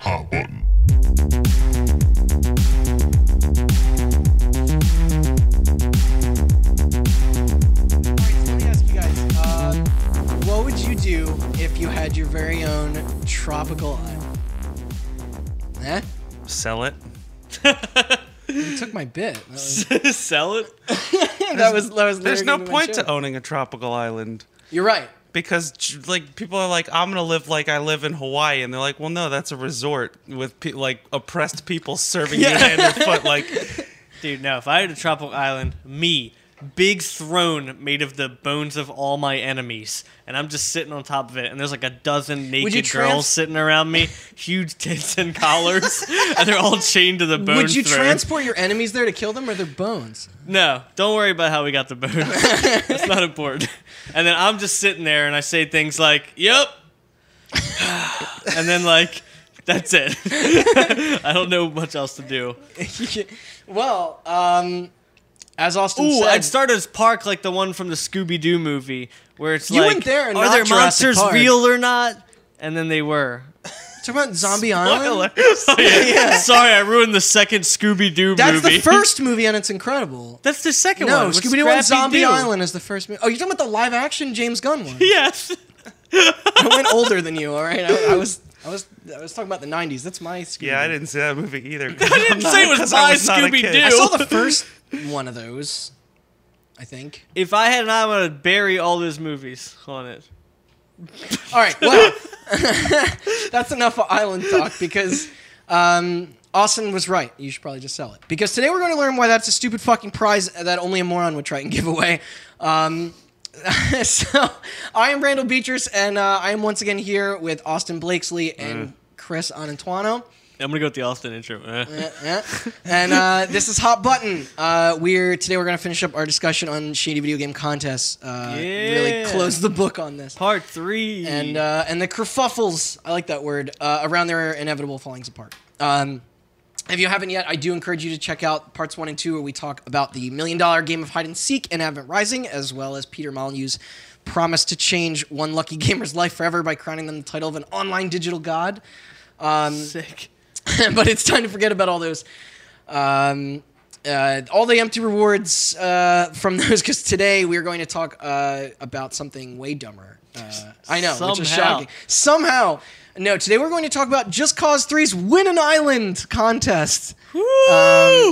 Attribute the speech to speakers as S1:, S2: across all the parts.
S1: stop button.
S2: All right, so let me ask you guys, uh, what would you do if you had your very own tropical island? Eh?
S3: Sell it.
S2: You took my bit. That was
S3: Sell it.
S2: that was, that was
S3: There's
S2: lyric
S3: no
S2: into my
S3: point to
S2: joke.
S3: owning a tropical island
S2: You're right.
S3: because j- like people are like I'm going to live like I live in Hawaii and they're like, "Well, no, that's a resort with pe- like oppressed people serving you hand and foot like
S4: Dude, no, if I had a tropical island, me, big throne made of the bones of all my enemies, and I'm just sitting on top of it, and there's like a dozen naked
S2: you
S4: girls
S2: trans-
S4: sitting around me, huge tits and collars, and they're all chained to the bone
S2: would you
S4: throne.
S2: transport your enemies there to kill them or their bones?
S4: No, don't worry about how we got the bones. That's not important. And then I'm just sitting there, and I say things like, yep, and then like, that's it. I don't know much else to do.
S2: well, um, as Austin
S4: Ooh,
S2: said,
S4: I'd start as park like the one from the Scooby Doo movie where it's
S2: You
S4: like,
S2: went there and
S4: are
S2: not
S4: there
S2: Jurassic
S4: monsters
S2: Park."
S4: real or not? And then they were.
S2: talk about Zombie Island.
S4: Oh, Sorry, I ruined the second Scooby Doo movie.
S2: Oh, That's the first movie, and it's incredible.
S4: That's the second one.
S2: No,
S4: with
S2: Scooby Doo and Zombie
S4: Scrappy-Doo.
S2: Island is the first movie. Oh, you're talking about the live action James Gunn one.
S4: Yes.
S2: I went older than you. All right, I, I was, I was, I was talking about the '90s. That's my Scooby.
S3: Yeah, I didn't see that movie either. I
S4: didn't say it was by Scooby-Doo.
S2: I saw the first one of those. I think.
S4: If I had an island, I would bury all those movies on it.
S2: All right. Well, that's enough of island talk because um, Austin was right. You should probably just sell it because today we're going to learn why that's a stupid fucking prize that only a moron would try and give away. Um, so I am Randall Beachers, and uh, I am once again here with Austin Blakesley
S3: Mm.
S2: and Chris Anantuano.
S4: I'm gonna go with the Austin intro. Eh.
S2: Yeah. and uh, this is hot button. Uh, we're today we're gonna finish up our discussion on shady video game contests. Uh, Really
S4: Yeah.
S2: close the book on this.
S4: Part three.
S2: And uh, and the kerfuffles, I like that word, uh, around their inevitable fallings apart. Um, if you haven't yet, I do encourage you to check out parts one and two, where we talk about the million dollar game of hide and seek and Advent Rising, as well as Peter Molyneux's promise to change one lucky gamer's life forever by crowning them the title of an online digital god.
S4: sick.
S2: but it's time to forget about all those. Um, uh, all the empty rewards uh, from those, because today we are going to talk uh, about something way dumber. Uh, I know, which is
S4: Somehow.
S2: shocking. Somehow. No, today we're going to talk about Just Cause 3's Win an Island contest. Um,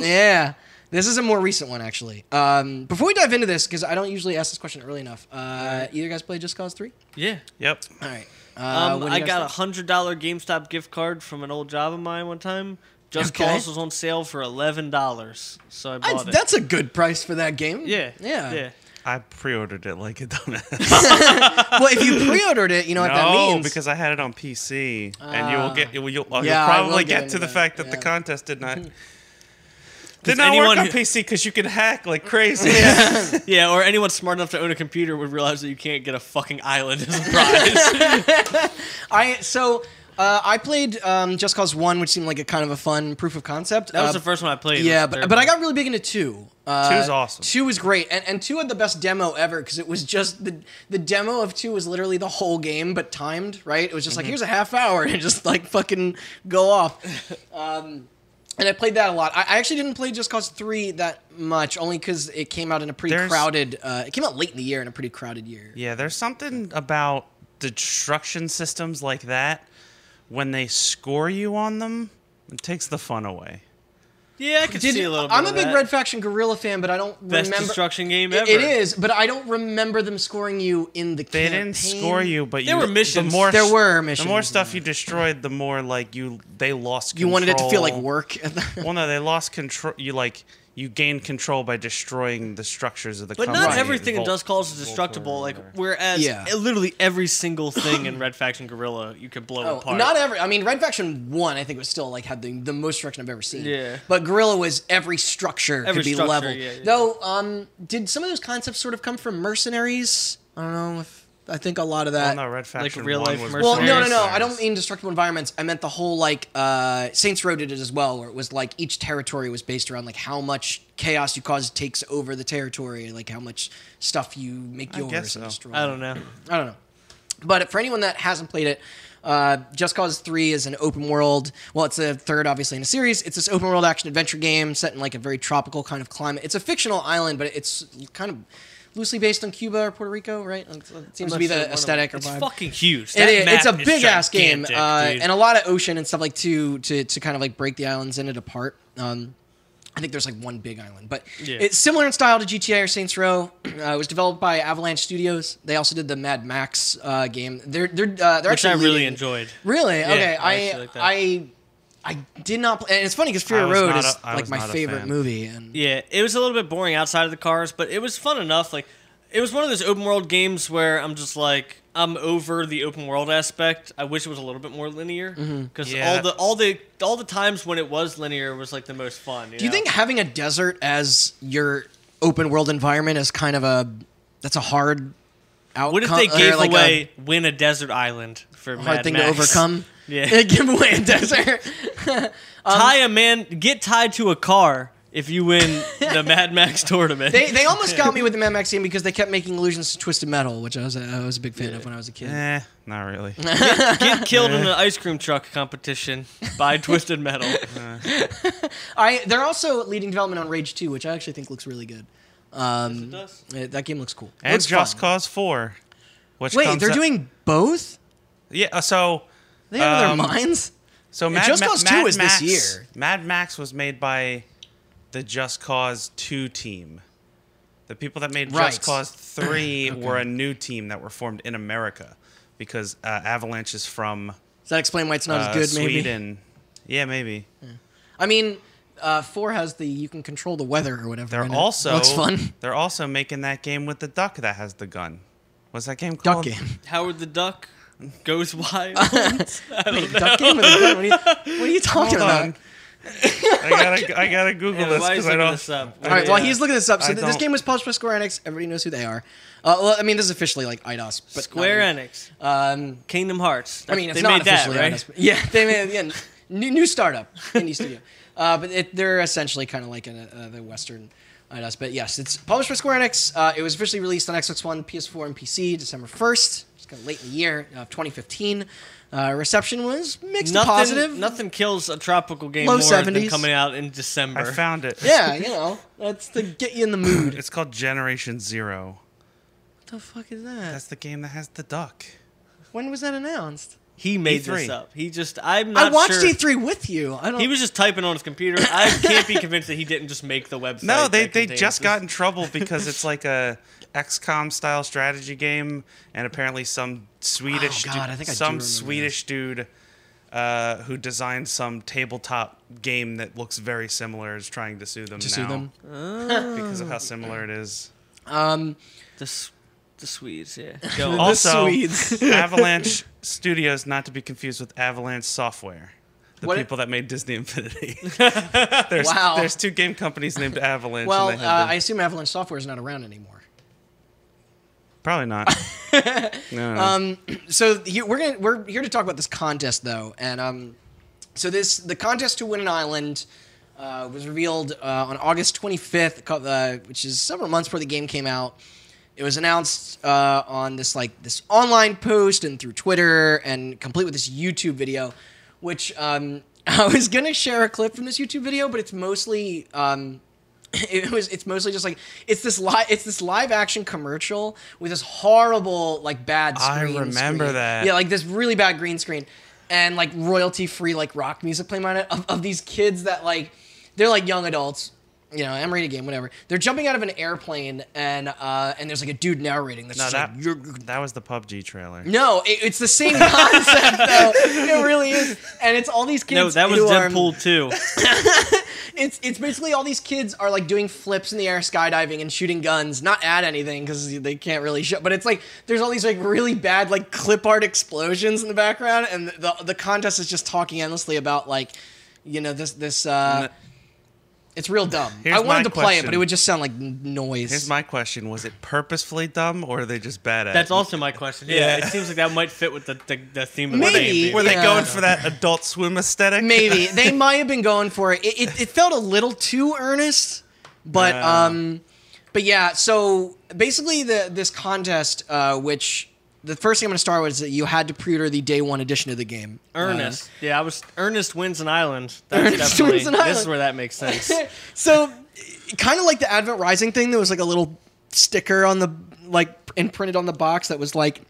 S2: yeah. This is a more recent one, actually. Um, before we dive into this, because I don't usually ask this question early enough, uh, either guys play Just Cause 3?
S4: Yeah.
S3: Yep.
S2: All right. Uh,
S4: Um,
S2: what do you
S4: I
S2: guys
S4: got a
S2: think?
S4: hundred dollar GameStop gift card from an old job of mine one time. Just
S2: Okay.
S4: Cause was on sale for eleven dollars, so I bought
S2: That's-
S4: it.
S2: That's a good price for that game.
S4: yeah,
S2: Yeah.
S4: yeah.
S3: I pre-ordered it like a dumbass.
S2: well, if you pre-ordered it, you know what that
S3: no,
S2: means. Ah.
S3: because I had it on PC, and you will get you will, you'll, you'll
S2: Yeah, I will
S3: probably
S2: get
S3: get,
S2: into
S3: to the
S2: that,
S3: fact that the
S2: yeah.
S3: contest did not did not
S4: anyone
S3: work on
S4: who-
S3: PC because you can hack like crazy.
S4: Yeah, or anyone smart enough to own a computer would realize that you can't get a fucking island as a prize.
S2: I so uh, I played um, Just Cause One, which seemed like a kind of a fun proof of concept.
S4: that was
S2: Uh,
S4: the first one I played. It
S2: Yeah,
S4: was
S2: but
S4: terrible.
S2: but I got really big into two. Uh,
S3: Two's awesome.
S2: Two was great, and and two had the best demo ever because it was just the the demo of two was literally the whole game, but timed right. It was just like here's a half hour and just like fucking go off. Um, and I played that a lot. I, I actually didn't play Just Cause Three that much, only because it came out in a pretty
S3: There's-
S2: crowded. Uh, it came out late in the year in a pretty crowded year.
S3: yeah, there's something about destruction systems like that when they score you on them, it takes the fun away.
S4: yeah, I could
S2: Did-
S4: see a little. Bit
S2: I'm a
S4: of
S2: big
S4: that.
S2: Red Faction Gorilla fan, but I don't
S4: Best
S2: remember.
S4: destruction game
S2: It-
S4: ever.
S2: It is, but I don't remember them scoring you in the
S3: They
S2: campaign.
S3: didn't score you, but
S4: There
S3: you,
S4: were missions.
S3: The more,
S2: There were
S3: The more
S2: missions,
S3: stuff you destroyed, the more like you they lost.
S2: You wanted it to feel like
S3: control.
S2: work.
S3: Well, no, they lost control. You like you gained control by destroying the structures of the.
S4: But
S3: company.
S4: not everything in
S3: Volt-
S4: Dust Calls is destructible. Like whereas
S2: Yeah.
S4: literally every single thing in Red Faction Gorilla you could blow
S2: Oh,
S4: apart.
S2: not every. I mean, Red Faction One, I think, was still like had the, the most destruction I've ever seen.
S4: Yeah.
S2: But Gorilla was every structure
S4: Every
S2: could be
S4: structure,
S2: leveled.
S4: yeah, yeah.
S2: Though, um, did some of those concepts sort of come from mercenaries? I don't know. If, I think a lot of that.
S3: Well, no, Red Faction
S4: real
S3: one
S4: life
S3: was
S2: Well, no, no,
S4: Mercenaries.
S2: no. I don't mean destructible environments. I meant the whole like uh, Saints Row did it as well, where it was like each territory was based around like how much chaos you cause takes over the territory, like how much stuff you make yours
S3: guess
S2: and
S3: so.
S2: destroy.
S4: I don't know.
S2: I don't know. But for anyone that hasn't played it, Uh, Just Cause 3 is an open world. Well, it's a third, obviously, in a series. It's this open world action adventure game set in like a very tropical kind of climate. It's a fictional island, but it's kind of loosely based on Cuba or Puerto Rico, right? It seems to be the aesthetic or
S4: It's
S2: vibe.
S4: fucking huge.
S2: It
S4: That
S2: is- it's a
S4: map is
S2: big ass game,
S4: gigantic,
S2: uh,
S4: dude.
S2: and a lot of ocean and stuff like to to to kind of like break the islands in it apart. Um, I think there's like one big island, but
S4: Yeah.
S2: it's similar in style to GTA or Saints Row. Uh, it was developed by Avalanche Studios. They also did the Mad Max uh, game. They're they're uh, they're
S4: which
S2: actually
S4: I really
S2: leading-
S4: enjoyed.
S2: Really? okay.
S4: I
S2: I
S4: actually like that.
S2: I I did not. Play, and it's funny because
S3: I
S2: Fury
S3: was
S2: Road
S3: not
S2: is
S3: a- I
S2: like
S3: was
S2: my
S3: not a
S2: favorite
S3: fan.
S2: movie. And
S4: Yeah, it was a little bit boring outside of the cars, but it was fun enough. Like, it was one of those open world games where I'm just like, I'm over the open world aspect. I wish it was a little bit more linear
S2: Mm-hmm.
S4: because
S3: Yeah.
S4: all the all the all the times when it was linear was like the most fun.
S2: do you
S4: know?
S2: think having a desert as your open world environment is kind of a that's a hard outcome?
S4: What if they
S2: or,
S4: gave
S2: like, a-
S4: away win a desert island for
S2: hard
S4: Mad
S2: thing
S4: Max?
S2: to overcome.
S4: Yeah.
S2: give away a desert.
S4: tie
S2: Um,
S4: a man, get tied to a car if you win the Mad Max tournament.
S2: They, they almost got me with the Mad Max game because they kept making allusions to Twisted Metal, which I was a, I was a big fan of when I was a kid.
S3: Eh, not really.
S4: get killed
S2: Eh.
S4: in an ice cream truck competition by Twisted Metal.
S2: I they're also leading development on Rage 2, which I actually think looks really good. Um,
S4: does.
S2: uh, that game looks cool. It
S3: and
S2: looks
S3: Just
S2: fun.
S3: Cause Four, which
S2: Wait,
S3: comes
S2: they're
S3: out-
S2: doing both?
S3: yeah. uh, So
S2: They have
S3: Um,
S2: their minds.
S3: so Mad,
S2: Just
S3: Ma-
S2: Cause 2
S3: Mad
S2: is this
S3: Max-
S2: year.
S3: Mad Max was made by the Just Cause Two team. The people that made
S2: Right.
S3: Just Cause Three were a new team that were formed in America because uh, Avalanche is from
S2: Does that explain why it's not
S3: uh,
S2: as good? Maybe.
S3: Sweden. Yeah, maybe.
S2: I mean, uh, four has the you can control the weather or whatever.
S3: They're
S2: in it.
S3: also
S2: looks fun.
S3: They're also making that game with the duck that has the gun. What's that game
S2: Duck
S3: called?
S2: game.
S4: Howard the Duck goes wild.
S2: Duck game with a gun. What are you, what are you talking
S3: Hold
S2: about?
S3: on. I gotta I gotta Google
S4: Yeah,
S3: this
S4: why
S3: because I
S4: is looking
S3: don't.
S4: this up?
S2: All right, while
S4: Yeah.
S2: he's looking this up, so
S3: I
S2: th- this
S3: don't-
S2: game was published by Square Enix. Everybody knows who they are. Uh, well, I mean, this is officially like IDOS, but
S4: Square
S2: not,
S4: Enix,
S2: Um,
S4: Kingdom Hearts.
S2: I mean, it's
S4: they
S2: not
S4: made that,
S2: officially
S4: right?
S2: IDOS. but- yeah, they made yeah, new new startup indie studio, uh, but it, they're essentially kind of like an, uh, the Western IDOS. But yes, it's published by Square Enix. Uh, it was officially released on Xbox One, PS4, and PC December first. It's kind of late in the year of 2015. Uh, reception was mixed to
S4: Nothing,
S2: positive.
S4: nothing kills a tropical game
S2: Low
S4: more
S2: 70s.
S4: than coming out in December.
S3: I found it.
S2: Yeah, you know, that's to get you in the mood.
S3: It's called Generation Zero.
S2: what the fuck is that?
S3: That's the game that has the duck.
S2: When was that announced?
S4: he made
S3: E3.
S4: this up. He just, I'm not
S2: E I watched E
S4: sure.
S2: E3 with you. I don't.
S4: He was just typing on his computer. I can't be convinced that he didn't just make the website.
S3: No, they
S4: that
S3: they
S4: contains
S3: just
S4: this.
S3: got in trouble because it's like a XCOM style strategy game, and apparently some Swedish
S2: Oh, God,
S3: du-
S2: I think I do
S3: some
S2: remember
S3: Swedish dude uh, who designed some tabletop game that looks very similar is trying to sue them
S2: to
S3: now
S2: sue them.
S3: because of how similar it is.
S2: Um,
S4: the, S- the Swedes. Yeah, Go on.
S3: Also,
S2: Swedes.
S3: Avalanche Studios, not to be confused with Avalanche Software, the
S2: What-
S3: people that made Disney Infinity. there's,
S2: Wow.
S3: there's two game companies named Avalanche.
S2: well,
S3: and
S2: uh,
S3: they have
S2: I
S3: the-
S2: assume Avalanche Software is not around anymore.
S3: probably not. no, no.
S2: Um, So he, we're gonna, we're here to talk about this contest though, and um, so this the contest to win an island. Uh, was revealed uh, on August 25th, co- uh, which is several months before the game came out. It was announced uh, on this like this online post and through Twitter, and complete with this YouTube video, which um, I was gonna share a clip from this YouTube video, but it's mostly um, it was it's mostly just like it's this live it's this live action commercial with this horrible like bad
S3: I
S2: screen
S3: remember
S2: screen.
S3: that.
S2: yeah like this really bad green screen and like royalty free like rock music playing on it of, of these kids that like they're like young adults you know i'm rated game whatever they're jumping out of an airplane and uh and there's like a dude narrating that's
S3: No,
S2: just
S3: that,
S2: like you're
S3: that was the PUBG trailer.
S2: no, it, it's the same concept though. It really is, and it's all these kids.
S4: no, that was
S2: who are-
S4: Deadpool too.
S2: it's it's basically all these kids are like doing flips in the air, skydiving, and shooting guns. Not at anything because they can't really show. But it's like there's all these like really bad like clip art explosions in the background, and the the, the contest is just talking endlessly about like, you know this this. uh It's real dumb.
S3: Here's
S2: I wanted
S3: my
S2: to play it, but
S3: question.
S2: it would just sound like n- noise.
S3: Here's my question: Was it purposefully dumb, or are they just bad at?
S4: That's
S3: it?
S4: also my question. Yeah,
S3: Yeah.
S4: it seems like that might fit with the, the, the theme of the
S2: Maybe.
S4: game. dude.
S3: Were they
S2: Yeah.
S3: going for that Adult Swim aesthetic?
S2: Maybe they might have been going for it. It, it, it felt a little too earnest, but
S3: Yeah.
S2: um, but yeah. So basically, the this contest, uh, which the first thing I'm going to start with is that you had to pre-order the day one edition of the game.
S4: Ernest. Uh-huh. yeah, I was. Ernest wins an island. That's
S2: Ernest
S4: definitely.
S2: wins an
S4: This
S2: island.
S4: is where that makes sense.
S2: Uh, so kind of like the Advent Rising thing, there was like a little sticker on the like imprinted on the box that was like,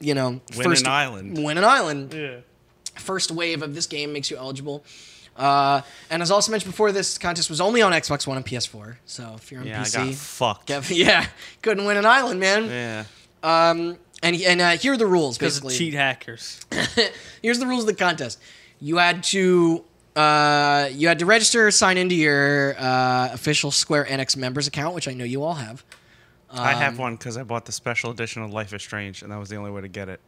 S2: you know,
S3: Win
S2: first
S3: an island.
S2: win an island.
S4: yeah.
S2: First wave of this game makes you eligible. Uh, and as also mentioned before, this contest was only on Xbox One and PS4. So if you're on
S3: Yeah, I got
S2: PC,
S3: fucked.
S2: get- yeah, couldn't win an island, man.
S3: Yeah.
S2: Um, and and uh, here are the rules
S4: Because of
S2: basically.
S4: cheat hackers.
S2: Here's the rules of the contest. You had to uh, you had to register, sign into your uh, official Square Enix members account, which I know you all have.
S3: I
S2: Um,
S3: have one because I bought the special edition of Life is Strange, and that was the only way to get it.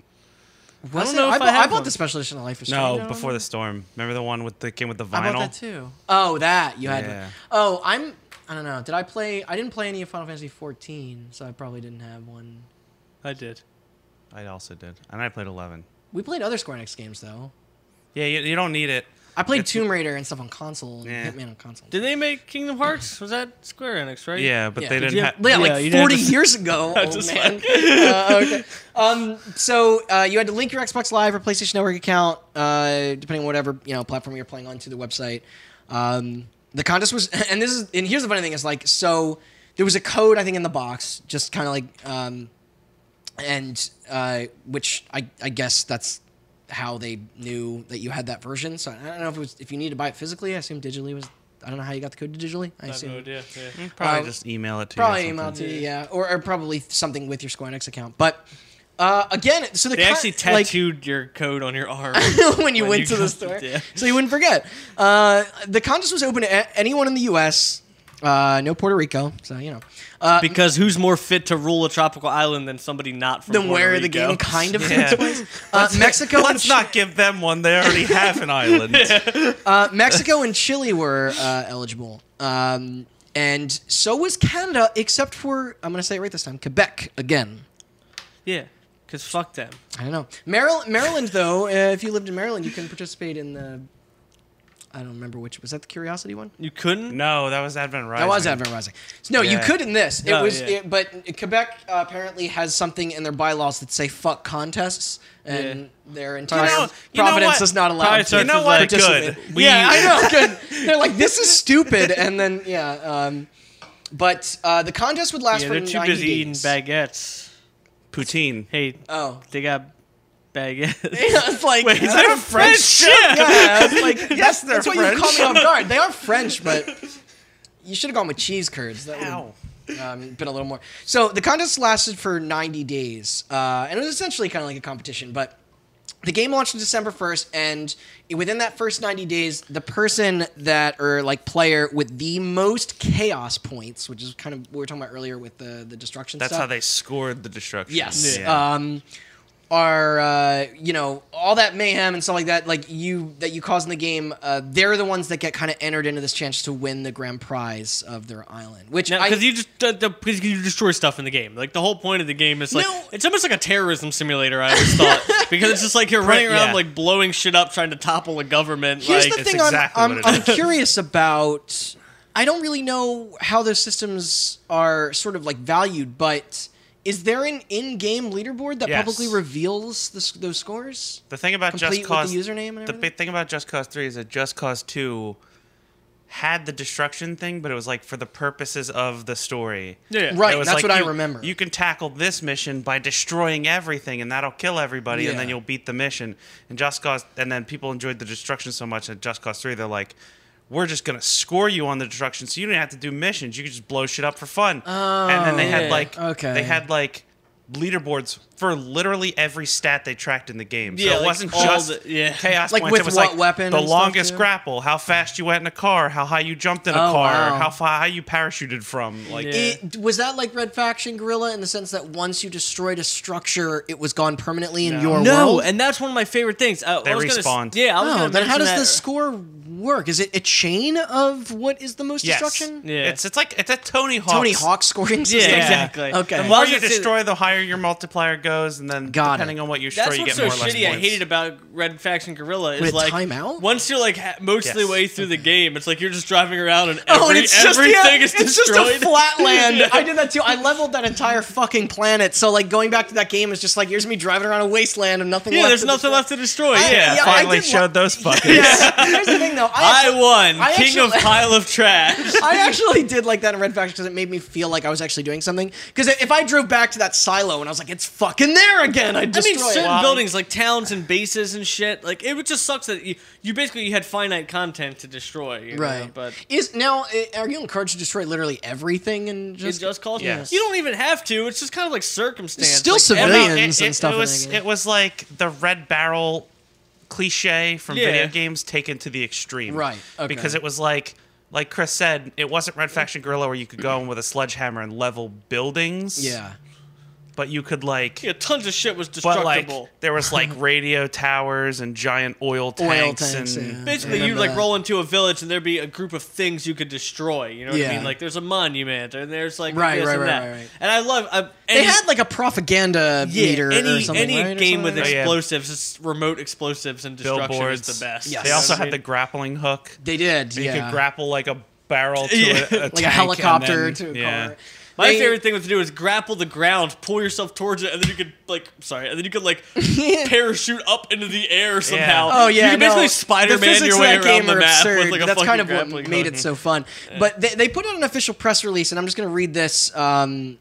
S2: Was
S4: don't
S2: it-
S4: know if
S2: bought,
S4: I have
S2: bought
S4: one.
S2: the special edition of Life is
S3: No,
S2: Strange.
S3: before the storm. Remember the one with the came with the
S4: I
S3: vinyl?
S4: bought that too.
S2: Oh, that you had.
S3: Yeah.
S2: Oh, I'm. I don't know. Did I play? I didn't play any of Final Fantasy 14, so I probably didn't have one.
S4: I did.
S3: I also did, and I played eleven.
S2: We played other Square Enix games though.
S3: Yeah, you, you don't need it.
S2: I played
S3: It's-
S2: Tomb Raider and stuff on console, and
S3: Yeah.
S2: Hitman on console.
S4: Did they make Kingdom Hearts? Was that Square Enix, right?
S3: Yeah, but
S2: Yeah.
S3: they
S2: Did
S3: didn't.
S4: you
S3: have
S4: have-
S2: Yeah,
S4: Yeah,
S2: like
S4: you'd
S2: 40
S4: have to-
S2: years ago.
S4: I'm
S2: old
S4: just
S2: man. Uh, okay. Um, so uh, you had to link your Xbox Live or PlayStation Network account, uh, depending on whatever you know platform you're playing on, to the website. Um, the contest was, and this is, and here's the funny thing is like, so there was a code I think in the box, just kind of like, um, and uh, which I, I guess that's how they knew that you had that version. So I don't know if it was if you need to buy it physically. I assume digitally was. I don't know how you got the code digitally. I,
S4: I have
S2: assume
S4: no idea. Yeah.
S3: probably
S2: uh,
S3: just email it to
S2: Probably
S3: you. or
S2: email
S3: something.
S2: to you, yeah, or, or probably something with your Square Enix account. But uh, again, so the
S4: They
S2: con-
S4: actually
S2: like,
S4: tattooed your code on your arm.
S2: when you
S4: when
S2: went
S4: you
S2: to
S4: go-
S2: the store,
S4: yeah.
S2: so you wouldn't forget. Uh, the contest was open to a- anyone in the U.S. Uh, no Puerto Rico, so you know. Uh,
S4: because who's more fit to rule a tropical island than somebody not from
S2: then
S4: Puerto
S2: where the
S4: Rico?
S2: game kind of
S3: Yeah.
S2: takes place. Uh, Mexico. and
S3: Let's
S2: Chi-
S3: not give them one. They already have an island.
S2: Uh, Mexico and Chile were uh, eligible. Um, and so was Canada, except for I'm going to say it right this time. Quebec again.
S4: Yeah, because fuck them.
S2: I don't know. Maryland, Maryland though, uh, if you lived in Maryland, you can participate in the. I don't remember which was that the Curiosity one.
S4: You couldn't.
S3: No, that was Advent Rising.
S2: That was Advent Rising. No, you
S3: Yeah.
S2: could in this. It
S4: No,
S2: was,
S4: yeah.
S2: it, but Quebec uh, apparently has something in their bylaws that say "fuck contests," and
S4: Yeah.
S2: their entire
S3: know- you know
S2: providence
S3: what?
S2: is not allowed.
S4: Probably
S2: to
S4: starts
S3: You know
S4: with,
S3: what?
S4: like,
S2: participate.
S3: Good. We-
S2: yeah, I know. Good. They're like, this is stupid, and then yeah. Um, but uh, the contest would last
S4: Yeah,
S2: for
S4: they're too
S2: 90
S4: busy eating
S2: days.
S4: baguettes.
S3: Poutine.
S4: Hey,
S2: Oh,
S4: they got baguettes.
S2: it's like
S3: Wait, is
S2: I
S3: that
S2: don't-
S3: a French shit?
S2: Yeah, I was like,
S3: Yes, they're
S2: That's why
S3: French.
S2: you caught me off guard. They are French, but you should have gone with cheese curds. That
S3: Ow.
S2: would have um, been a little more. So the contest lasted for 90 days, uh, and it was essentially kind of like a competition. But the game launched on December 1st, and within that first 90 days, the person that or like player with the most chaos points, which is kind of we were talking about earlier with the the destruction.
S3: That's
S2: stuff,
S3: how they scored the destruction.
S2: Yes.
S3: Yeah.
S2: Um, are uh, you know all that mayhem and stuff like that, like you that you cause in the game? Uh, they're the ones that get kind of entered into this chance to win the grand prize of their island. Which I,
S4: Because you just the, the, 'cause you destroy stuff in the game. Like the whole point of the game is like
S2: No.
S4: it's almost like a terrorism simulator. I always thought because it's just like you're running around
S3: yeah.
S4: like blowing shit up, trying to topple a government.
S2: here's
S4: like
S2: the
S3: it's
S2: thing: I'm-
S3: exactly
S2: I'm,
S3: what it
S2: I'm curious about. I don't really know how those systems are sort of like valued, but is there an in-game leaderboard that
S3: Yes.
S2: publicly reveals the, s- those scores?
S3: The thing about
S2: Complete
S3: Just
S2: with the
S3: Cause
S2: username and
S3: the
S2: everything?
S3: big thing about Just Cause Three is that Just Cause Two had the destruction thing, but it was like for the purposes of the story.
S4: Yeah.
S2: Right,
S3: It was
S2: that's
S3: like,
S2: what I
S3: you-
S2: remember.
S3: You can tackle this mission by destroying everything, and that'll kill everybody, and then
S2: Yeah.
S3: you'll beat the mission. And Just Cause, and then people enjoyed the destruction so much at Just Cause Three, they're like. We're just gonna score you on the destruction, so you don't have to do missions. You can just blow shit up for fun. and then they
S4: yeah.
S3: had like,
S2: Oh, Okay.
S3: they had like leaderboards for literally every stat they tracked in the game. So
S4: Yeah,
S3: it
S4: like
S3: wasn't
S4: all
S3: just
S4: the- yeah.
S3: chaos
S2: Like
S3: points.
S2: with
S3: it was
S2: what
S3: like
S2: weapon
S3: the
S2: and stuff,
S3: longest
S2: too?
S3: grapple, how fast you went in a car, how high you jumped in a
S2: Oh,
S3: car,
S2: wow.
S3: how far how you parachuted from. Like
S4: Yeah.
S2: It, was that like Red Faction Gorilla in the sense that once you destroyed a structure, it was gone permanently in your
S4: no,
S2: world?
S4: and that's one of my favorite things. Uh, I,
S3: They
S4: I was gonna s-
S3: respawn.
S4: yeah, I was
S2: Oh,
S4: gonna
S2: then how
S4: mention
S2: does
S4: that-
S2: the score work? Is it a chain of what is the most
S3: Yes.
S2: destruction?
S4: Yeah.
S3: It's it's like it's a Tony Hawk.
S2: Tony Hawk scoring system.
S4: Yeah, exactly.
S2: Okay.
S4: And
S3: The more
S4: while
S3: you
S4: you're
S3: destroy, the higher your multiplier goes, and then
S2: Got it.
S3: depending on what you destroy,
S4: That's
S3: you get
S4: what's so
S3: more or less
S4: shitty. I
S3: points.
S4: hated about Red Faction Gorilla is
S2: Wait, a
S4: like
S2: timeout?
S4: once you're like ha- mostly
S3: Yes.
S4: way through the game, it's like you're just driving around and,
S2: Oh, and
S4: every-
S2: it's just
S4: everything
S2: yeah,
S4: is
S2: it's
S4: destroyed.
S2: just a flat land.
S4: Yeah.
S2: I did that too. I leveled that entire fucking planet. So like going back to that game is just like here's me driving around a wasteland of nothing.
S4: yeah,
S2: left
S4: there's
S2: to
S4: nothing
S2: destroy.
S4: left to destroy.
S2: I-
S4: yeah.
S2: yeah, I
S3: Finally
S2: did wa-
S3: showed those fuckers.
S2: Here's the thing though.
S4: I
S2: actually-
S4: won,
S2: I
S4: king of
S2: actually-
S4: pile of trash.
S2: I actually did like that in Red Faction because it made me feel like I was actually doing something. Because if I drove back to that silo and I was like, it's fucking there again, I'd
S4: I
S2: destroy
S4: mean, certain
S2: it.
S4: buildings like towns and bases and shit. Like it would just sucks that you, you basically you had finite content to destroy. you know,
S2: Right,
S4: but
S2: is now eh, are you encouraged to destroy literally everything and
S4: it
S2: just?
S4: just calls.
S3: Yes.
S4: You don't even have to. It's just kind of like circumstance.
S2: Still
S4: like,
S2: civilian.
S4: every-
S2: Aliens and stuff in
S3: It
S2: that
S3: was
S2: game.
S3: it was like the red barrel cliche from
S4: Yeah.
S3: video games taken to the extreme.
S2: Right, okay.
S3: Because it was like like Chris said, it wasn't Red Faction Gorilla where you could go in with a sledgehammer and level buildings.
S2: yeah,
S3: But you could like
S4: yeah, tons of shit was
S3: but like
S4: destructible.
S3: there was like radio towers and giant oil tanks,
S2: tanks,
S3: and
S2: yeah. I
S4: Basically, you
S2: remember
S4: like
S2: that.
S4: roll into a village and there'd be a group of things you could destroy. You know what
S2: Yeah.
S4: I mean? Like there's a monument and there's like
S2: Right,
S4: this
S2: right,
S4: and
S2: right,
S4: that.
S2: right, right.
S4: And I love. I,
S2: they
S4: any-
S2: had like a propaganda
S4: yeah,
S2: meter
S4: any
S2: or something.
S4: any
S2: right, or
S4: game
S2: something
S4: with
S2: like that?
S3: Oh, yeah.
S4: explosives, it's remote explosives and destruction
S3: billboards.
S4: is the best.
S2: Yes.
S3: They also had the grappling hook.
S2: They did.
S3: You
S2: yeah,
S3: could grapple like a barrel to a, a
S4: Yeah.
S2: like
S3: tank
S2: a
S3: and
S2: helicopter
S3: then-
S2: to a
S3: yeah.
S2: car.
S4: My
S2: They-
S4: favorite thing to do is grapple the ground, pull yourself towards it, and then you could like sorry, and then you could like parachute up into the air somehow.
S2: Oh yeah,
S4: you could basically
S2: no.
S4: Spider
S2: The
S4: Man
S2: physics
S4: your
S2: of
S4: way
S2: that
S4: around
S2: game
S4: the
S2: are
S4: map
S2: absurd.
S4: with like a
S2: That's
S4: fucking
S2: kind of
S4: grappling
S2: what made
S4: hook.
S2: it so fun. But they, they put out an official press release, and I'm just going to read this. Um,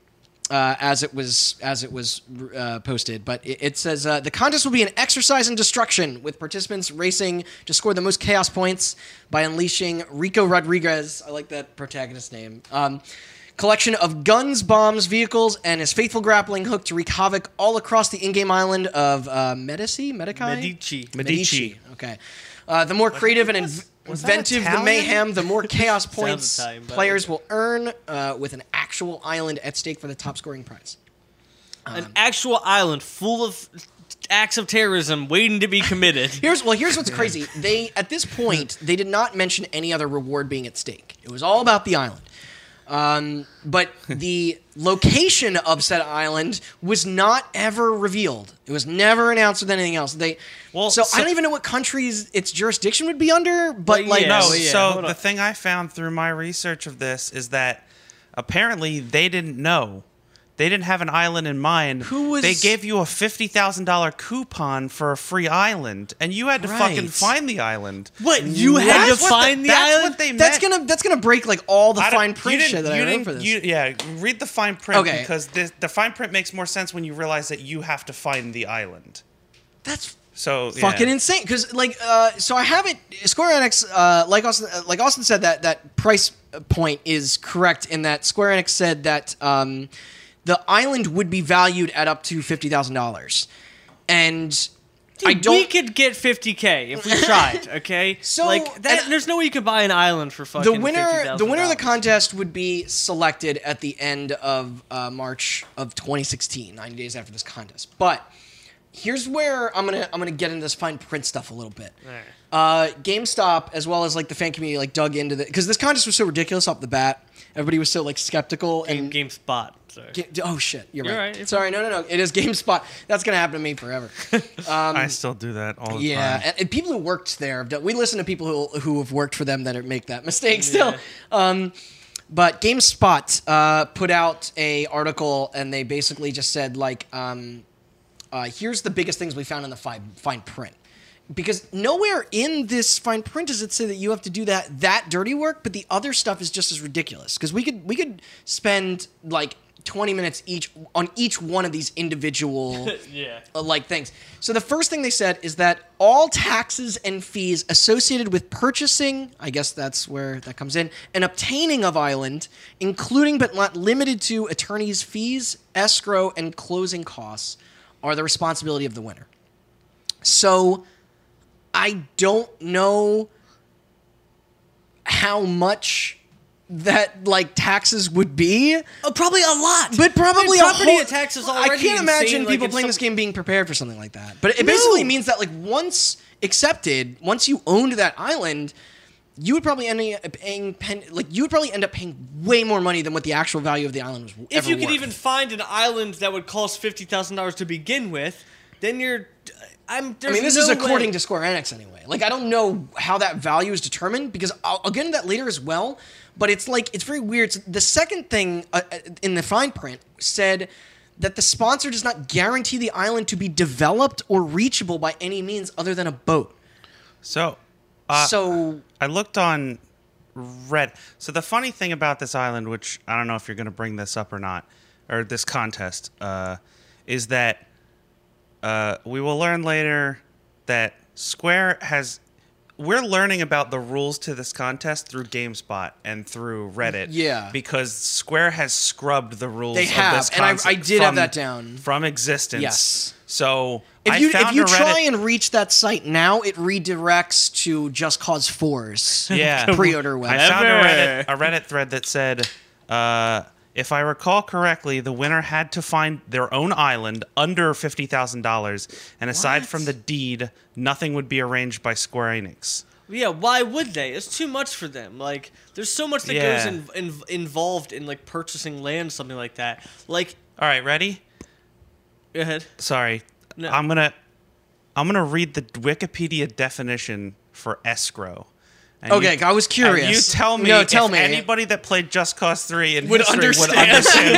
S2: uh, as it was as it was uh, posted, but it, it says uh, the contest will be an exercise in destruction with participants racing to score the most chaos points by unleashing Rico Rodriguez. I like that protagonist name. Um, collection of guns, bombs, vehicles, and his faithful grappling hook to wreak havoc all across the in-game island of uh, Medici, Medici,
S4: Medici.
S3: Medici.
S2: Okay. Uh, the more creative and inv-
S3: was that
S2: inventive the
S3: Italian?
S2: mayhem, the more chaos points
S4: Italian, but-
S2: players will earn uh, with an actual island at stake for the top scoring prize.
S4: An actual island full of acts of terrorism waiting to be committed.
S2: Here's well, here's what's crazy. They at this point they did not mention any other reward being at stake. It was all about the island. Um, but the location of said island was not ever revealed. It was never announced with anything else. They
S3: Well,
S2: so,
S3: so-
S2: I don't even know what countries its jurisdiction would be under. But
S4: Well,
S2: like
S4: yeah,
S3: No,
S4: well, yeah,
S3: so
S4: hold
S3: the
S4: on.
S3: thing I found through my research of this is that apparently they didn't know. They didn't have an island in mind.
S2: Who was-
S3: They gave you a fifty thousand dollar coupon for a free island, and you had to fucking
S2: Right.
S3: find the island.
S4: What you had to
S3: That's what
S4: find the,
S3: that's
S4: island?
S3: What they
S2: that's
S3: meant.
S2: gonna that's gonna break like all the
S3: I don't-
S2: fine print
S3: you
S2: shit
S3: didn't-
S2: that I
S3: you
S2: wrote
S3: didn't-
S2: for this.
S3: you- yeah, read the fine print
S2: Okay.
S3: because this, the fine print makes more sense when you realize that you have to find the island.
S2: that's
S3: So yeah.
S2: fucking insane. Because like, uh, so I haven't Square Enix, uh, like Austin, uh, like Austin said that that price point is correct in that Square Enix said that um, the island would be valued at up to fifty thousand dollars, and
S4: Dude,
S2: I don't.
S4: We could get 50k if we tried. Okay,
S2: So,
S4: like that,
S2: and-
S4: there's no way you could buy an island for fucking.
S2: the winner, the winner of the
S4: $50,000.
S2: contest would be selected at the end of uh, March of 2016, 90 days after this contest. But here's where I'm gonna I'm gonna get into this fine print stuff a little bit.
S4: Alright.
S2: Uh, GameStop, as well as like the fan community, like dug into the because this contest was so ridiculous off the bat. Everybody was so like skeptical and
S4: GameSpot. Sorry.
S2: Ga- oh shit, you're,
S4: You're
S2: right.
S4: right.
S2: Sorry, no, no, no. It is GameSpot. That's gonna happen to me forever.
S3: I still do that all the
S2: Um, Yeah,
S3: time.
S2: and, and people who worked there. have done- We listen to people who who have worked for them that are- make that mistake still. Um, but GameSpot uh, put out a article, and they basically just said like, um, uh, "Here's the biggest things we found in the fine, fine print." Because nowhere in this fine print does it say that you have to do that that dirty work, but the other stuff is just as ridiculous. Because we could we could spend like twenty minutes each on each one of these individual
S4: Yeah.
S2: uh, like things. So the first thing they said is that all taxes and fees associated with purchasing, I guess that's where that comes in, and obtaining of island, including but not limited to attorneys' fees, escrow, and closing costs, are the responsibility of the winner. So I don't know how much that like taxes would be.
S4: Oh, probably a lot.
S2: But probably
S4: Dude,
S2: a
S4: property
S2: whole,
S4: attacks is
S2: I
S4: already
S2: can't imagine
S4: insane, like,
S2: people
S4: if
S2: playing
S4: some-
S2: this game being prepared for something like that. But it basically
S4: No.
S2: means that like once accepted, once you owned that island, you would probably end up paying pen, like you would probably end up paying way more money than what the actual value of the island was.
S4: If
S2: ever
S4: you could
S2: worth.
S4: even find an island that would cost fifty thousand dollars to begin with, then you're. I'm.
S2: I mean, this is according to Square Enix anyway. Like, I don't know how that value is determined because I'll, I'll get into that later as well. But it's like it's very weird. It's- the second thing uh, uh, in the fine print said that the sponsor does not guarantee the island to be developed or reachable by any means other than a boat.
S3: So, uh,
S2: so
S3: I looked on Red. So the funny thing about this island, which I don't know if you're going to bring this up or not, or this contest, uh, is that uh, we will learn later that Square has. We're learning about the rules to this contest through GameSpot and through Reddit.
S2: Yeah.
S3: Because Square has scrubbed the rules.
S2: They
S3: of
S2: have,
S3: this
S2: and I-
S3: concept
S2: I did have
S3: from-
S2: that down.
S3: from existence.
S2: Yes.
S3: So
S2: if
S3: I
S2: you
S3: found
S2: if you
S3: a Reddit-
S2: try and reach that site now, it redirects to Just Cause 4's
S3: Yeah.
S2: pre-order
S3: I
S2: website.
S3: found a
S4: Ever.
S3: Reddit, a Reddit thread that said, uh, if I recall correctly, the winner had to find their own island under fifty thousand dollars, and aside
S2: What?
S3: from the deed, nothing would be arranged by Square Enix.
S4: Yeah, why would they? It's too much for them. Like, there's so much that
S3: Yeah.
S4: goes in, in, involved in like purchasing land, something like that. Like,
S3: All right, ready?
S4: go ahead.
S3: Sorry,
S4: No.
S3: I'm gonna, I'm gonna read the Wikipedia definition for escrow. And you-
S2: Okay, I was curious.
S3: And you tell me
S2: No, tell
S3: if
S2: me.
S3: anybody that played Just Cause 3 in
S4: Would
S3: history would
S4: understand.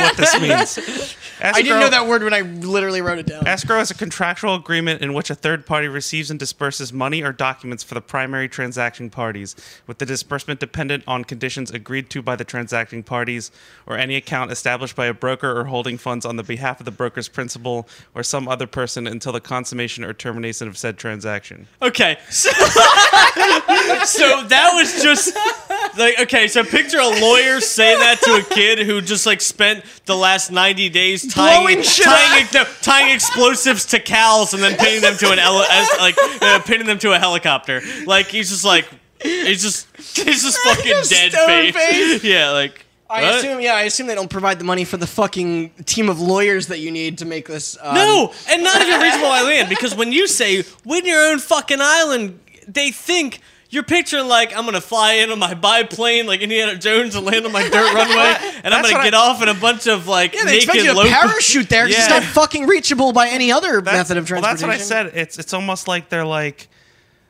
S3: understand what this means.
S2: I didn't know
S3: Escrow-
S2: that word when I literally wrote it down.
S3: Escrow is a contractual agreement in which a third party receives and disperses money or documents for the primary transaction parties, with the disbursement dependent on conditions agreed to by the transacting parties or any account established by a broker or holding funds on the behalf of the broker's principal or some other person until the consummation or termination of said transaction.
S4: Okay, so, so that was just like okay. So picture a lawyer saying that to a kid who just like spent the last ninety days tying
S2: Blowing shit
S4: tying, ex- no, tying explosives to cows and then pinning them to an ele- as, like uh, pinning them to a helicopter. Like he's just like he's just he's just fucking
S2: Just
S4: dead
S2: stone
S4: face.
S2: face.
S4: Yeah, like
S2: I
S4: what?
S2: assume, yeah, I assume they don't provide the money for the fucking team of lawyers that you need to make this. Um,
S4: No, and not even reasonable by land because when you say win your own fucking island, they think you're picturing like I'm gonna fly in on my biplane like Indiana Jones and land on my dirt runway, and I'm
S3: That's
S4: gonna
S3: what
S4: get
S3: I-
S4: off in a bunch of like
S2: yeah, they
S4: naked
S2: expect you to
S4: local.
S2: parachute there 'cause it's
S3: Yeah.
S2: not fucking reachable by any other method of
S3: well,
S2: transportation.
S3: that's what I said. It's it's almost like they're like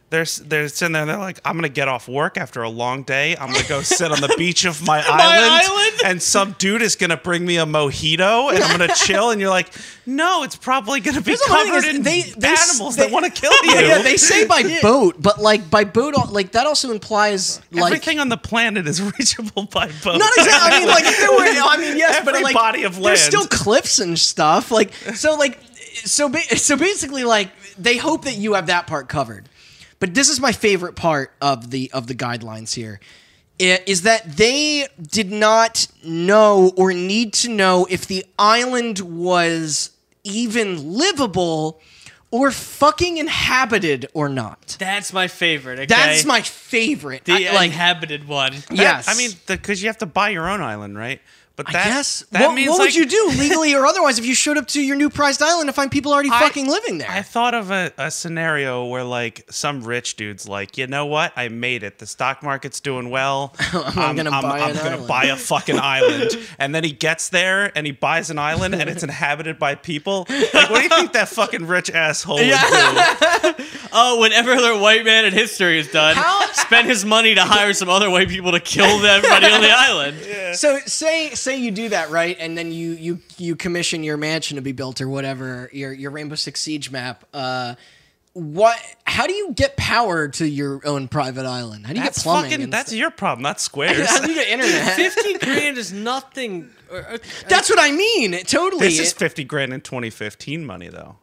S3: they're s- they're sitting there. They're like, I'm gonna get off work after a long day. I'm gonna go sit on the beach of my, island,
S4: island?
S3: and some dude is gonna bring me a mojito, and I'm gonna chill. And you're like, no, it's probably gonna be
S2: Here's the funny thing
S3: covered
S2: is
S3: in
S2: they- they s-
S3: animals
S2: they-
S3: that want to kill
S2: Yeah,
S3: you.
S2: yeah, they say by boat, but like by boat, al- like that also implies like
S3: Everything on the planet is reachable by boat.
S2: Not exactly. I mean, like if there were, I mean, yes, but
S3: Every
S2: like
S3: body of land.
S2: there's still cliffs and stuff. Like so, like so, ba- so basically, like they hope that you have that part covered. But this is my favorite part of the of the guidelines here, i- is that they did not know or need to know if the island was even livable or fucking inhabited or not.
S4: That's my favorite. Okay?
S2: That's my favorite.
S4: the
S2: I- like
S4: inhabited one.
S3: That-
S2: yes,
S3: I mean, because you have to buy your own island, right? But that,
S2: I guess.
S3: that
S2: what
S3: means
S2: what
S3: like,
S2: would you do legally or otherwise if you showed up to your new prized island to find people already fucking living there?
S3: I thought of a, a scenario where like some rich dude's like, you know what? I made it. The stock market's doing well. I'm,
S2: gonna
S3: I'm-
S2: buy
S3: I'm
S2: an
S3: gonna
S2: island."
S3: buy a fucking island. and then he gets there and he buys an island and it's inhabited by people. Like, what do you think that fucking rich asshole would do?
S4: Oh, when every other white man in history is done,
S2: How-
S4: spend his money to hire some other white people to kill everybody on the island.
S2: so say say you do that right, and then you you you commission your mansion to be built or whatever your your Rainbow Six Siege map. Uh, what? How do you get power to your own private island? How do you
S3: That's
S2: get plumbing?
S3: fucking.
S2: and
S3: That's
S2: stuff?
S3: your problem, not Squares.
S2: how do you get internet?
S4: Fifteen grand is nothing. or- or-
S2: that's what I mean. It totally.
S3: this is fifty grand in 2015 money though.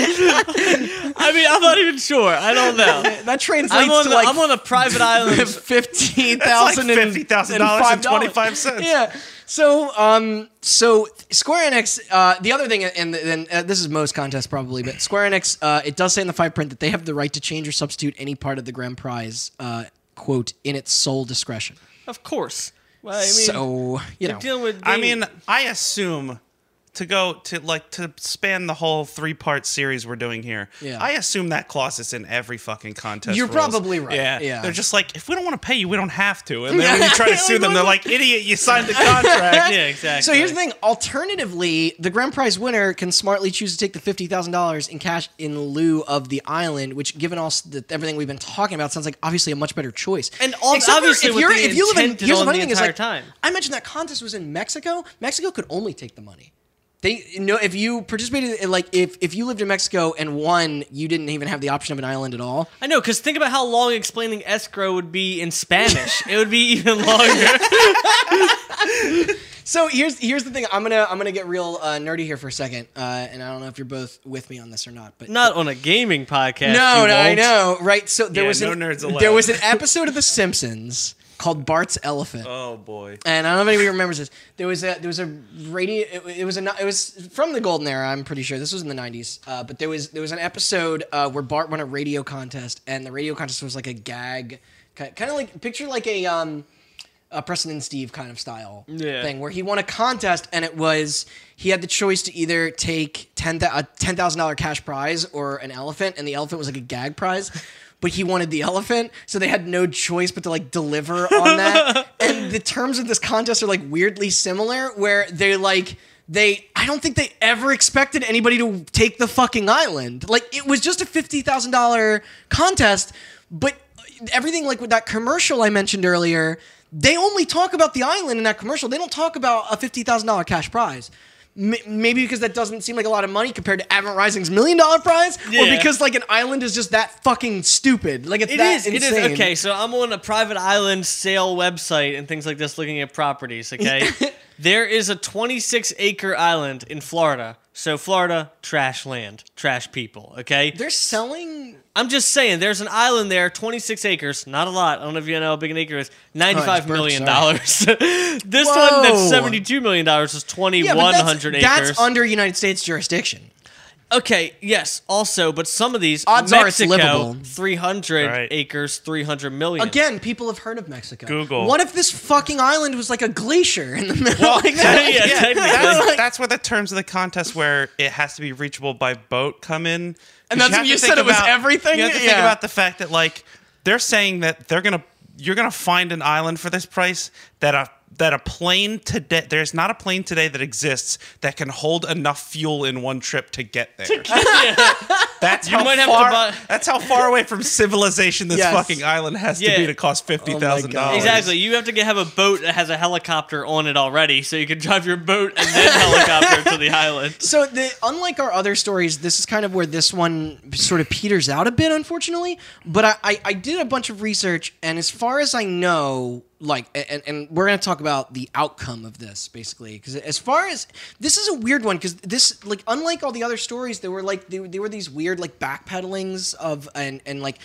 S4: I mean, I'm not even sure. I don't know.
S2: that translates
S4: I'm on,
S2: to
S4: the,
S2: like
S4: I'm on a private island.
S2: fifteen
S3: That's like
S2: thousand
S3: fifty thousand dollars and twenty five cents.
S2: yeah. So, um, so Square Enix. Uh, the other thing, and then uh, this is most contests probably, but Square Enix. Uh, it does say in the fine print that they have the right to change or substitute any part of the grand prize. Uh, quote in its sole discretion.
S4: of course. Well, I mean,
S2: so you know,
S4: dealing with.
S3: I mean, I assume to go to like to span the whole three part series we're doing here.
S2: Yeah.
S3: I assume that clause is in every fucking contest.
S2: You're
S3: rules.
S2: probably right.
S3: Yeah.
S2: Yeah.
S3: They're just like, if we don't want to pay you, we don't have to. And then when you try to sue them, they're like, idiot, you signed the contract.
S4: yeah, exactly.
S2: So here's the thing. Alternatively, the grand prize winner can smartly choose to take the fifty thousand dollars in cash in lieu of the island, which, given all s- the, everything we've been talking about, sounds like obviously a much better choice.
S4: And ob-
S2: Except for
S4: obviously with the intent to own the
S2: is, like,
S4: entire time.
S2: I mentioned that contest was in Mexico. Mexico could only take the money. They you know if you participated in- like if if you lived in Mexico and won, you didn't even have the option of an island at all.
S4: I know, because think about how long explaining escrow would be in Spanish. it would be even longer.
S2: So here's here's the thing. I'm gonna I'm gonna get real uh, nerdy here for a second, uh, and I don't know if you're both with me on this or not, but
S4: Not on a gaming podcast.
S2: No,
S4: you
S2: no, I
S4: won't.
S2: know, right? So there
S3: Yeah,
S2: was
S3: no
S2: an,
S3: nerds allowed.
S2: there was an episode of The Simpsons called Bart's Elephant,
S3: Oh boy.
S2: and I don't know if anybody remembers this. There was a there was a radio. It, it was a no- it was from the golden era. I'm pretty sure this was in the 90s. Uh, but there was there was an episode uh, where Bart won a radio contest, and the radio contest was like a gag, kind of like picture like a um a Preston and Steve kind of style
S4: Yeah.
S2: thing where he won a contest and it was he had the choice to either take ten a ten thousand dollar cash prize or an elephant and the elephant was like a gag prize. But he wanted the elephant, so they had no choice but to like deliver on that. and the terms of this contest are like weirdly similar, where they like they I don't think they ever expected anybody to take the fucking island. Like it was just a fifty thousand dollar contest, but everything like with that commercial I mentioned earlier, they only talk about the island in that commercial. They don't talk about a fifty thousand dollar cash prize. M- maybe because that doesn't seem like a lot of money compared to Avant Rising's million dollar prize, or
S4: Yeah.
S2: because like an island is just that fucking stupid. Like it's
S4: It
S2: that
S4: is.
S2: insane.
S4: It is. Okay, so I'm on a private island sale website and things like this looking at properties, okay? there is a 26 acre island in Florida. So, Florida, trash land, trash people, okay?
S2: They're selling.
S4: I'm just saying, there's an island there, 26 acres, not a lot. I don't know if you know how big an acre is.
S2: burped,
S4: Ninety-five million dollars. this one
S2: Whoa.
S4: that's 72 million dollars is 2100
S2: that's,
S4: acres.
S2: that's under United States jurisdiction.
S4: okay, yes. Also, but some of these
S2: Odds are it's
S4: Mexico,
S2: livable.
S4: 300
S3: Right.
S4: acres, 300 million.
S2: Again, people have heard of Mexico.
S3: Google.
S2: What if this fucking island was like a glacier in the middle? like that?
S4: yeah, technically.
S3: that's, that's where the terms of the contest where it has to be reachable by boat come in. 'Cause
S2: And that's
S3: have
S2: when
S3: to
S2: you
S3: think
S2: said it was
S3: about-
S2: everything?
S3: You have to think
S2: Yeah.
S3: about the fact that like they're saying that they're gonna you're gonna find an island for this price that a that a plane today there's not a plane today that exists that can hold enough fuel in one trip to get there.
S4: yeah.
S3: That's how
S4: might have to
S3: far.
S4: buy-
S3: That's how far away from civilization this
S2: Yes. Oh
S3: fucking island has
S4: Yeah.
S3: to be to cost fifty thousand
S2: God.
S3: dollars.
S4: Exactly. You have to get, have a boat that has a helicopter on it already, so you can drive your boat and then helicopter to the island.
S2: So, the, unlike our other stories, this is kind of where this one sort of peters out a bit, unfortunately. But I, I, I did a bunch of research, and as far as I know, like, a- and, and we're going to talk about the outcome of this basically, because as far as this is a weird one, because this, like, unlike all the other stories, there were like they, they were these weird like backpedalings of and and like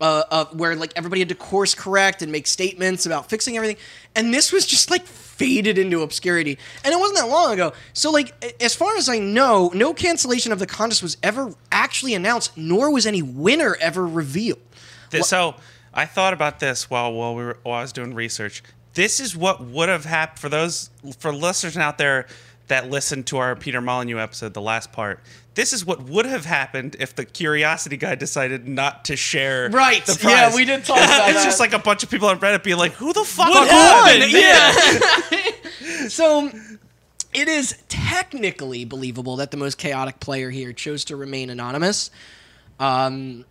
S2: uh, of where like everybody had to course correct and make statements about fixing everything, and this was just like faded into obscurity, and it wasn't that long ago. So like, a- as far as I know, no cancellation of the contest was ever actually announced, nor was any winner ever revealed.
S3: Th- so I thought about this while while we were while I was doing research. This is what would have happened for those for listeners out there that listened to our Peter Molyneux episode, the last part. This is what would have happened if the Curiosity guy decided not to share. The prize.
S2: did talk about
S3: It's just like a bunch of people on Reddit being like, "Who the fuck won?"
S4: What happened? Yeah.
S2: so it is technically believable that the most chaotic player here chose to remain anonymous, um,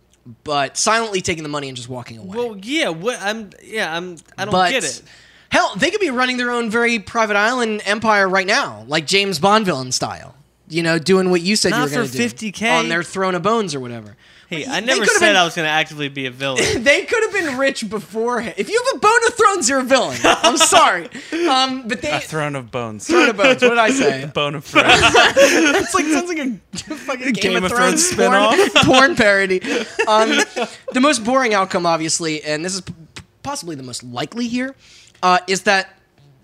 S2: but silently taking the money and just walking away.
S4: Well, yeah. What I'm, yeah, I'm, I don't
S2: but
S4: get it.
S2: hell, they could be running their own very private island empire right now, like James Bond villain style. You know, doing what you said
S4: Not
S2: you were going
S4: for
S2: to do
S4: 50K.
S2: on their throne of bones or whatever.
S4: Hey,
S2: But
S4: I
S2: they
S4: never
S2: could've
S4: said
S2: been-
S4: I was going to actively be a villain.
S2: they could have been rich beforehand. If you have a bone of thrones, you're a villain. I'm sorry, um, but they
S3: A throne of bones.
S2: throne of bones. What did I say?
S3: Bone of thrones.
S2: It's like sounds like a fucking Game,
S3: Game
S2: of,
S3: of
S2: Thrones,
S3: Thrones
S2: porn, porn parody. Um, the most boring outcome, obviously, and this is p- possibly the most likely here, uh, is that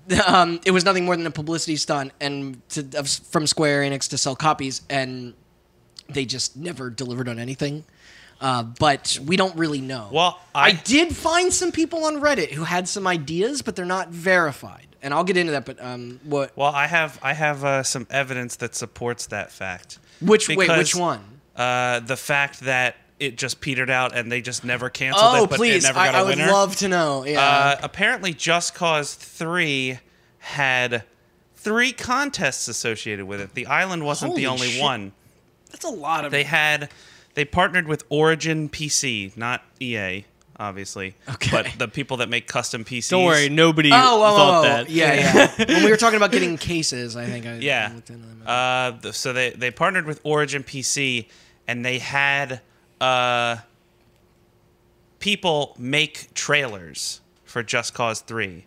S2: um, it was nothing more than a publicity stunt and to, of, from Square Enix to sell copies, and they just never delivered on anything. Uh, but we don't really know.
S3: Well,
S2: I
S3: I-
S2: did find some people on Reddit who had some ideas, but they're not verified. and I'll get into that. But um, what?
S3: Well, I have I have uh, some evidence that supports that fact.
S2: Which wait?
S3: Because,
S2: Which one?
S3: Uh, the fact that it just petered out and they just never canceled
S2: Oh,
S3: it, but
S2: please!
S3: it never
S2: I,
S3: got a
S2: I would
S3: winner.
S2: love to know. Yeah.
S3: uh, apparently, Just Cause Three had three contests associated with it. The island wasn't the
S2: Holy
S3: only
S2: shit.
S3: one.
S2: That's a lot of.
S3: They had they partnered with Origin PC, not EA, obviously.
S2: Okay.
S3: But the people that make custom PCs.
S4: Don't worry, nobody
S2: oh, whoa,
S4: thought
S2: whoa, whoa.
S4: that.
S2: yeah, yeah. when we were talking about getting cases, I think I
S3: Yeah.
S2: looked into them.
S3: Uh, th- so they they partnered with Origin PC, and they had uh, people make trailers for Just Cause Three.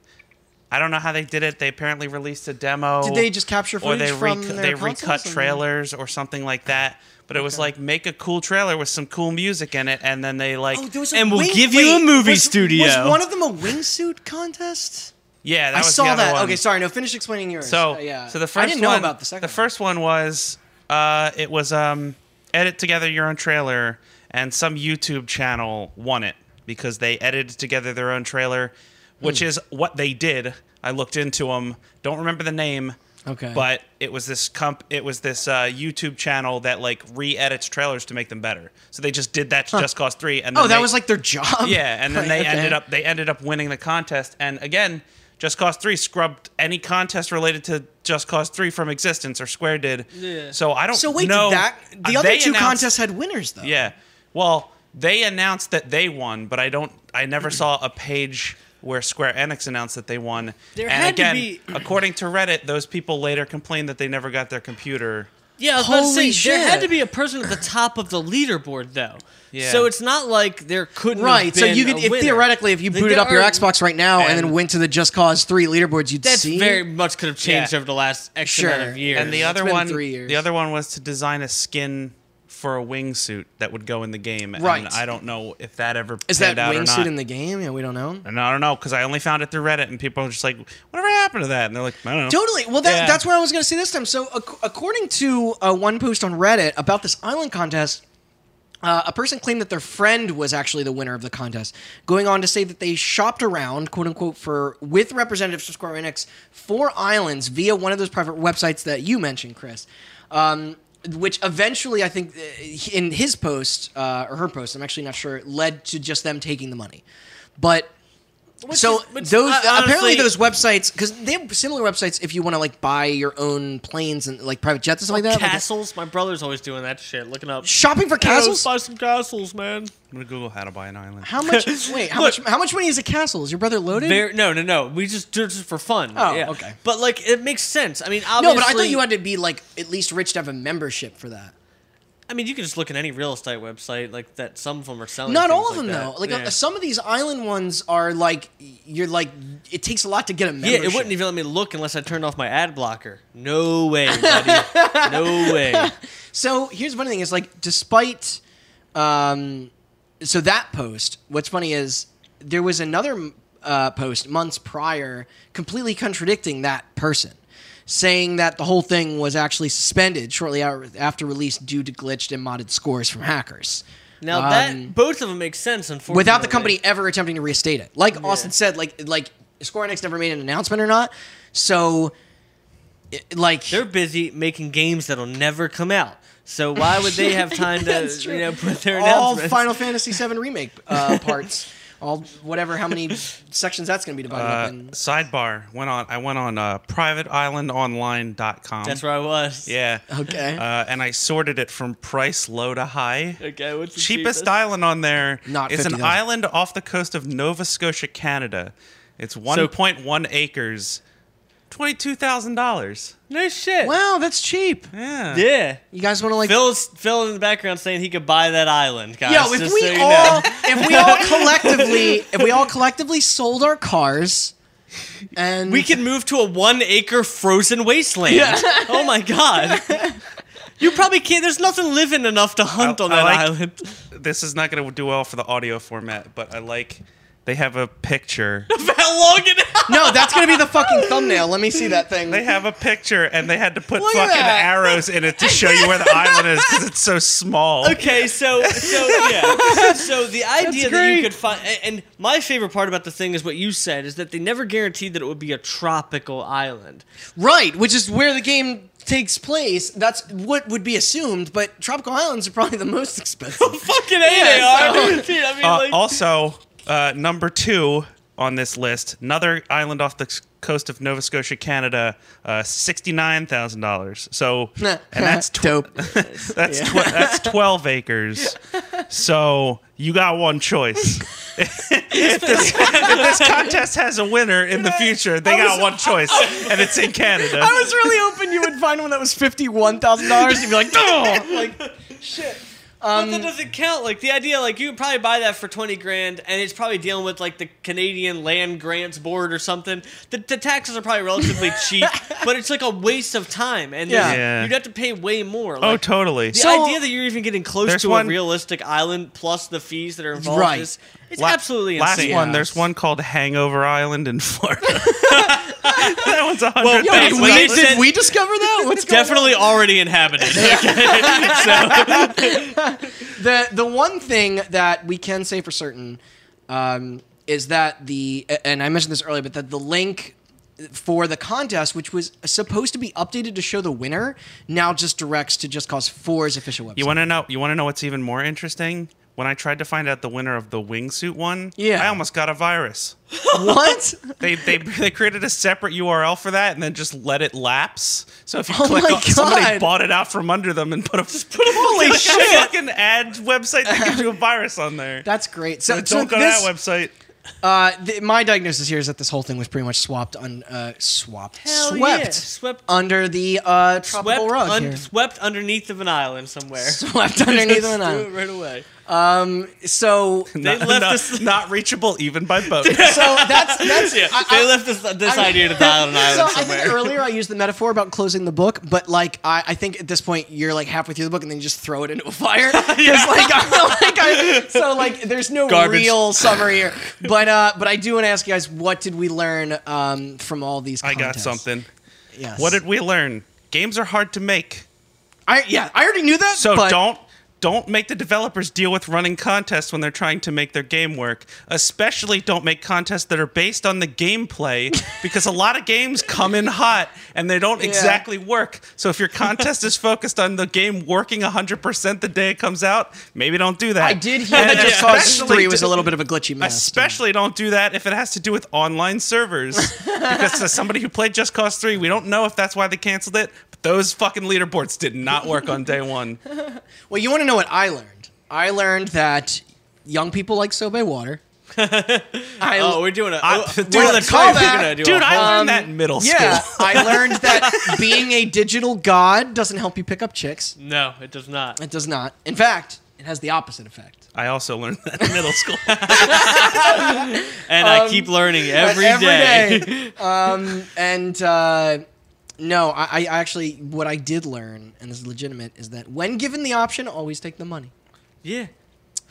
S3: I don't know how they did it. They apparently released a demo.
S2: Did they just capture
S3: or they
S2: footage from
S3: recu-
S2: their
S3: they
S2: consoles
S3: recut
S2: and-
S3: trailers or something like that? But it was like make a cool trailer with some cool music in it, and then they like
S2: Oh, there was a
S4: And we'll
S2: wing-
S4: give you a movie
S2: was-
S4: studio.
S2: Was one of them a wingsuit contest?
S3: yeah. That
S2: I
S3: was the
S2: saw
S3: other
S2: that.
S3: One.
S2: Okay, sorry. No, finish explaining yours.
S3: So
S2: Uh, yeah.
S3: so the first
S2: I didn't
S3: one,
S2: know about the second.
S3: The first one was uh, it was um, edit together your own trailer, and some YouTube channel won it because they edited together their own trailer, which
S2: Hmm.
S3: is what they did. I looked into them. Don't remember the name.
S2: Okay.
S3: But it was this comp. It was this uh, YouTube channel that like re-edits trailers to make them better. So they just did that to Just Cause Three,
S2: One.
S3: and then
S2: Oh, that
S3: they-
S2: was like their job.
S3: yeah, and
S2: Right,
S3: then they
S2: okay.
S3: ended up they ended up winning the contest. And again, Just Cause Three scrubbed any contest related to Just Cause Three from existence, or Square did.
S4: Yeah.
S3: So I don't.
S2: So wait,
S3: know.
S2: did that the
S3: Uh,
S2: other
S3: they
S2: two
S3: announced-
S2: contests had winners though.
S3: Yeah. Well, they announced that they won, but I don't. I never saw a page where Square Enix announced that they won.
S4: There
S3: and
S4: had to
S3: again,
S4: be-
S3: according to Reddit, those people later complained that they never got their computer.
S4: Yeah, I was about to
S2: Holy
S4: say, there had
S2: shit.
S4: to be a person at the top of the leaderboard, though.
S3: Yeah.
S4: So it's not like there couldn't
S2: Right.
S4: have
S2: So you
S4: been
S2: could
S4: a
S2: if
S4: winner.
S2: theoretically if you
S4: Like,
S2: booted
S4: there
S2: up your
S4: are-
S2: Xbox right now and, then
S3: And-
S2: went to the Just Cause 3 leaderboards, you'd
S4: That's
S2: see
S4: very much could have changed
S3: Yeah.
S4: over the last X
S2: Sure.
S4: amount of years.
S3: And the
S2: It's
S3: other
S2: been
S3: one,
S2: three years.
S3: the other one was to design a skin for a wingsuit that would go in the game.
S2: Right.
S3: And I don't know if that ever
S2: Is that
S3: panned out or
S2: wingsuit
S3: not.
S2: in the game? Yeah, we don't know.
S3: and I don't know because I only found it through Reddit, and people are just like, "Whatever happened to that?" And they're like, "I don't know."
S2: Totally. Well, that,
S3: Yeah.
S2: that's what I was going to say this time. So, ac- according to uh, one post on Reddit about this island contest, uh, a person claimed that their friend was actually the winner of the contest, going on to say that they shopped around, quote unquote, for with representatives from Square Enix for islands via one of those private websites that you mentioned, Chris. Um, which eventually, I think, uh, in his post uh, or her post, I'm actually not sure, led to just them taking the money. But so
S4: is- which,
S2: those
S4: uh,
S2: apparently
S4: honestly-
S2: those websites because they have similar websites if you want to like buy your own planes and like private jets and stuff like that. like-
S4: castles. My brother's always doing that shit, looking up
S2: shopping for castles.
S4: Buy some castles, man.
S3: I'm gonna Google how to buy an island.
S2: How much? Wait, how much? How much money is a castle? Is your brother loaded?
S4: Very, no, no, no. We just do it just for fun.
S2: Oh,
S4: yeah.
S2: okay.
S4: But like, it makes sense. I mean,
S2: no,
S4: obviously,
S2: but I thought you had to be like at least rich to have a membership for that.
S4: I mean, you can just look at any real estate website, like that. Some of them are selling.
S2: Not
S4: things
S2: all of
S4: like
S2: them though.
S4: that.
S2: Like
S4: yeah.
S2: uh, some of these island ones are like you're like it takes a lot to get a
S4: Yeah,
S2: membership.
S4: it wouldn't even let me look unless I turned off my ad blocker. No way, buddy. no way.
S2: So here's one thing: is like despite, um, so that post. What's funny is there was another uh, post months prior, completely contradicting that person, saying that the whole thing was actually suspended shortly ou- after release due to glitched and modded scores from hackers.
S4: Now
S2: Um,
S4: that both of them make sense, unfortunately.
S2: without the company ever attempting to restate it. Like Austin said, like like Square Enix never made an announcement or not. So, it, like
S4: they're busy making games that'll never come out. So why would they have time to
S2: That's true.
S4: you know put their
S2: all
S4: announcements?
S2: Final Fantasy VII remake uh, parts, all whatever how many sections that's going to be divided
S3: Uh,
S2: up in.
S3: sidebar went on. I went on uh, privateislandonline.com.
S4: That's where I was.
S3: Yeah.
S2: Okay.
S3: Uh, and I sorted it from price low to high.
S4: Okay. What's the
S3: cheapest island on there
S2: Not
S3: is an
S2: 50,000.
S3: island off the coast of Nova Scotia, Canada. It's 1.1 acres, $22,000.
S4: No shit.
S2: Wow, that's cheap.
S3: Yeah.
S4: Yeah.
S2: You guys want to like?
S4: Phil's Phil in the background saying he could buy that island, guys.
S2: Yo,
S4: just
S2: if
S4: so
S2: we
S4: you
S2: all
S4: know.
S2: if we all collectively if we all collectively sold our cars, and
S4: we could move to a one acre frozen wasteland. Oh my god. You probably can't. There's nothing living enough to hunt
S3: I-
S4: on
S3: I
S4: that
S3: like-
S4: island.
S3: This is not going to do well for the audio format, but I like They have a picture.
S4: How long it?
S2: No, that's gonna be the fucking thumbnail. Let me see that thing.
S3: They have a picture, and they had to put
S2: Look at
S3: fucking
S2: that.
S3: arrows in it to show you where the island is because it's so small.
S4: Okay, so so yeah, so the idea that
S2: great.
S4: you could find, and my favorite part about the thing is what you said is that they never guaranteed that it would be a tropical island.
S2: Right, which is where the game takes place. That's what would be assumed, but tropical islands are probably the most expensive.
S4: Fucking
S2: Yeah,
S4: a they are.
S2: so-
S4: Dude, I mean,
S3: Uh,
S4: like,
S3: also, uh, number two on this list, another island off the c- coast of Nova Scotia, Canada, uh, sixty-nine thousand dollars. So, and that's tw-
S2: dope.
S3: that's tw- that's twelve acres. So you got one choice. if, this, if this contest has a winner in the future, they got one choice, and it's in Canada.
S2: I was really hoping you would find one that was fifty-one thousand dollars. You'd be like, oh, like shit.
S4: but
S2: Um,
S4: that doesn't count. Like the idea, like you could probably buy that for twenty grand, and it's probably dealing with like the Canadian Land Grants Board or something. The, the taxes are probably relatively cheap, but it's like a waste of time, and
S2: Yeah.
S4: there's-
S3: Yeah.
S4: you'd have to pay way more.
S3: oh,
S4: Like,
S3: totally.
S4: The
S2: So-
S4: idea that you're even getting close
S3: There's
S4: to
S3: one-
S4: a realistic island plus the fees that are involved
S2: Right.
S4: is it's
S3: La-
S4: absolutely
S3: last
S4: insane.
S3: one. There's one called Hangover Island in Florida. that one's a hundred
S4: Yo,
S2: Did
S4: Wait,
S3: thousand.
S4: when
S2: we,
S4: they
S2: did
S4: said-
S2: we discover that? What's going on?
S4: Definitely already inhabited.
S2: the the one thing that we can say for certain um, is that the and I mentioned this earlier, but that the link for the contest, which was supposed to be updated to show the winner, now just directs to Just Cause 4's official website.
S3: You want to know? You want to know what's even more interesting? When I tried to find out the winner of the wingsuit one,
S2: Yeah.
S3: I almost got a virus.
S2: what?
S3: They, they they created a separate URL for that and then just let it lapse. So if you
S2: Oh
S3: click
S2: my
S3: on, somebody
S2: God.
S3: bought it out from under them and put a put a
S2: Holy shit.
S3: fucking ad website that gives you a virus on there.
S2: That's great. So, so
S3: Don't go
S2: this,
S3: to that website.
S2: Uh, th- my diagnosis here is that this whole thing was pretty much swapped on uh, swapped
S4: Hell
S2: swept
S4: yeah. Swept-
S2: under the uh,
S4: swept,
S2: tropical rug
S4: un-
S2: here.
S4: swept underneath of an island somewhere.
S2: Swept underneath
S4: Just
S2: an
S4: do
S2: island.
S4: it right away.
S2: So
S3: They
S4: left
S3: not,
S4: us-
S3: not reachable even by boat.
S2: so that's that's
S4: Yeah,
S2: I-
S4: they
S2: I-
S4: left this this
S2: I-
S4: idea to die on an
S2: so
S4: island
S2: I
S4: somewhere.
S2: think earlier I used the metaphor about closing the book, but like I, I think at this point you're like halfway through the book and then you just throw it into a fire. 'Cause, like, I- like, I- so like there's no
S4: Garbage.
S2: real summary here. But uh, but I do want to ask you guys, what did we learn um, from all these?
S3: I got
S2: contests?
S3: something.
S2: Yes.
S3: What did we learn? Games are hard to make.
S2: I? Yeah, I already knew that.
S3: So
S2: but
S3: don't don't make the developers deal with running contests when they're trying to make their game work. Especially don't make contests that are based on the gameplay because a lot of games come in hot and they don't exactly work. So if your contest is focused on the game working 100% the day it comes out, maybe don't do that.
S2: I did hear that
S3: And
S2: Just Cause
S3: especially
S2: Three was a
S3: do-
S2: little bit of a glitchy mess.
S3: Especially don't do that if it has to do with online servers. because as somebody who played Just Cause 3, we don't know if that's why they canceled it, but those fucking leaderboards did not work on day one.
S2: Well, you want to know what I learned? I learned that young people like sobe water. I,
S4: oh, we're doing a
S3: I-
S4: oh,
S3: dude,
S4: we're
S2: the
S4: the twelve,
S2: callback-
S4: We're gonna do
S3: Dude,
S4: a
S3: I
S4: whole-
S3: learned that in middle school.
S2: Yeah, I learned that being a digital god doesn't help you pick up chicks.
S4: no, it does not.
S2: It does not. In fact, it has the opposite effect.
S3: I also learned that in middle school.
S4: And I keep learning every day.
S2: Um, day. um, and uh, no, I, I actually what I did learn, and this is legitimate, is that when given the option, always take the money.
S4: yeah,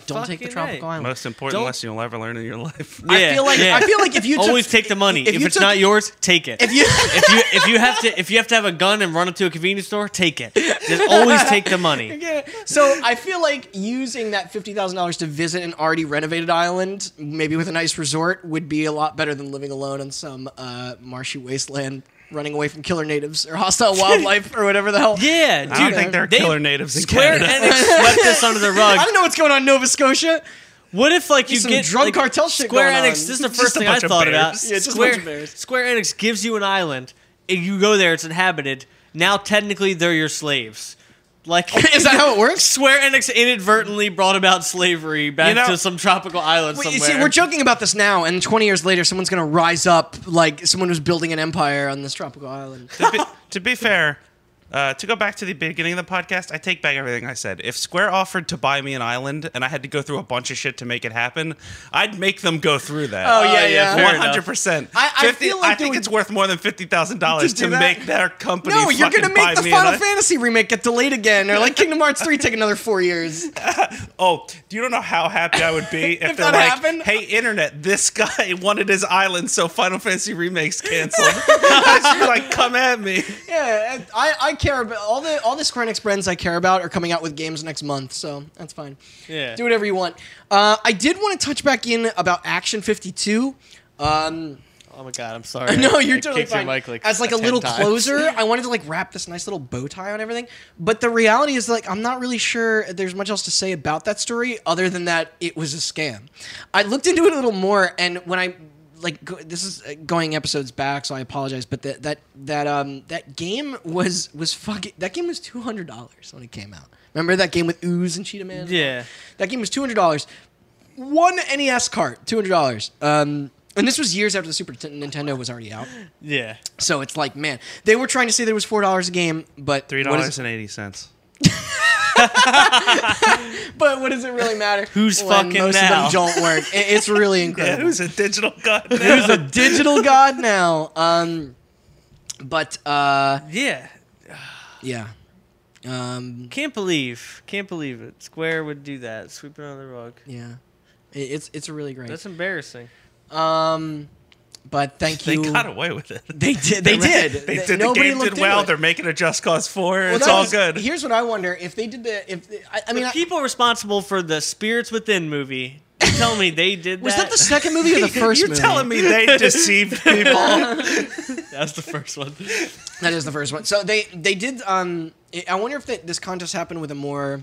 S2: Don't take the
S4: Fucking
S2: tropical
S4: right.
S2: island.
S3: Most important
S4: Don't-
S3: lesson you'll ever learn in your life.
S2: I feel like
S4: yeah.
S2: I feel like if you took,
S4: always take the money.
S2: if
S4: If,
S2: you
S4: it's
S2: took-
S4: not yours, take it.
S2: if you
S4: if you if you have to if you have to have a gun and run up to a convenience store, take it. Just always take the money.
S2: Yeah. So I feel like using that fifty thousand dollars to visit an already renovated island, maybe with a nice resort, would be a lot better than living alone on some uh, marshy wasteland, running away from killer natives or hostile wildlife or whatever the hell.
S4: Yeah, dude.
S3: I don't think there are
S4: they-
S3: killer natives in
S4: Square
S3: Canada.
S4: Enix swept this under the
S2: I
S4: rug.
S2: don't know what's going on in Nova Scotia.
S4: What if like you
S2: Some
S4: get
S2: drug
S4: like,
S2: cartel shit
S4: Square
S2: going
S4: Enix?
S2: on.
S4: This is the
S3: Just
S4: first
S3: a
S4: thing I
S3: bunch of
S4: thought
S3: bears.
S4: about.
S2: Yeah, just a
S4: Square,
S2: bunch of bears.
S4: Square Enix gives you an island, and you go there. It's inhabited. Now technically they're your slaves. Like
S2: Oh, Is that how it works?
S4: Square Enix inadvertently brought about slavery back
S3: You know-
S4: to some tropical island
S2: Wait,
S4: somewhere.
S2: you see, we're joking about this now, and 20 years later, someone's going to rise up like someone who's building an empire on this tropical island.
S3: to, be, to be fair, Uh, to go back to the beginning of the podcast, I take back everything I said. If Square offered to buy me an island and I had to go through a bunch of shit to make it happen, I'd make them go through that.
S2: Oh, yeah, yeah.
S4: fair
S3: One
S4: enough.
S3: hundred percent.
S2: I- I feel like
S3: I think
S2: they
S3: it's
S2: would-
S3: worth more than fifty thousand dollars
S2: To do
S3: to
S2: that?
S3: make their company.
S2: No, you're gonna
S3: fucking buy
S2: make the
S3: me an
S2: Final
S3: i-
S2: Fantasy remake get delayed again, or like Kingdom Hearts three take another four years.
S3: Oh, you don't know how happy I would be if,
S2: If
S3: they're
S2: that
S3: like,
S2: happened?
S3: "Hey, internet, this guy wanted his island, so Final Fantasy remakes canceled." I'd just be like, "Come at me."
S2: Yeah, and I, I care about all the all the Square Enix brands I care about are coming out with games next month, so that's fine.
S4: Yeah.
S2: do whatever you want. Uh, I did want to touch back in about Action Fifty Two. Um,
S4: Oh my god, I'm sorry.
S2: no,
S4: I-
S2: you're
S4: I
S2: totally
S4: kicked your
S2: fine.
S4: mic, like,
S2: As like a
S4: 10
S2: little
S4: times.
S2: closer, I wanted to like wrap this nice little bow tie on everything, but the reality is like I'm not really sure there's much else to say about that story other than that it was a scam. I looked into it a little more, and when I like go, this is uh, going episodes back, so I apologize, but that that that um that game was was fucking that game was two hundred dollars when it came out. Remember that game with Ooze and Cheetah Man?
S4: Yeah.
S2: That game was two hundred dollars. One NES cart, two hundred dollars. Um, and this was years after the Super Nintendo was already out.
S4: Yeah.
S2: So it's like, man, they were trying to say there was four dollars a game, but
S3: Three
S2: what is-
S3: dollars and eighty cents.
S2: But what does it really matter?
S4: Who's
S2: when
S4: fucking
S2: most
S4: now?
S2: of them don't work. I- It's really
S3: Yeah,
S2: incredible.
S3: who's a digital god?
S2: Who's a digital god now? Um, but uh,
S4: Yeah.
S2: yeah, um,
S4: Can't believe. Can't believe it. Square would do that. Sweep it under the rug.
S2: yeah, I- it's it's really great.
S4: That's embarrassing.
S2: Um, but thank
S3: They
S2: you.
S3: got away with it.
S2: They did. They did.
S3: They
S2: Th-
S3: did. The
S2: nobody
S3: game
S2: looked
S3: did
S2: into
S3: well.
S2: it.
S3: They're making a Just Cause Four.
S2: Well,
S3: it's
S2: that
S3: all
S2: was-
S3: good.
S2: Here's what I wonder: if they did the, if I, I mean,
S4: the
S2: I-
S4: people responsible for the Spirits Within movie. you Tell me they did
S2: was that
S4: that.
S2: the second movie or the 1st
S3: You're
S2: movie?
S3: telling me they deceived people?
S4: that was the first one.
S2: That is the first one. So they they did. Um, I- I wonder if that this contest happened with a more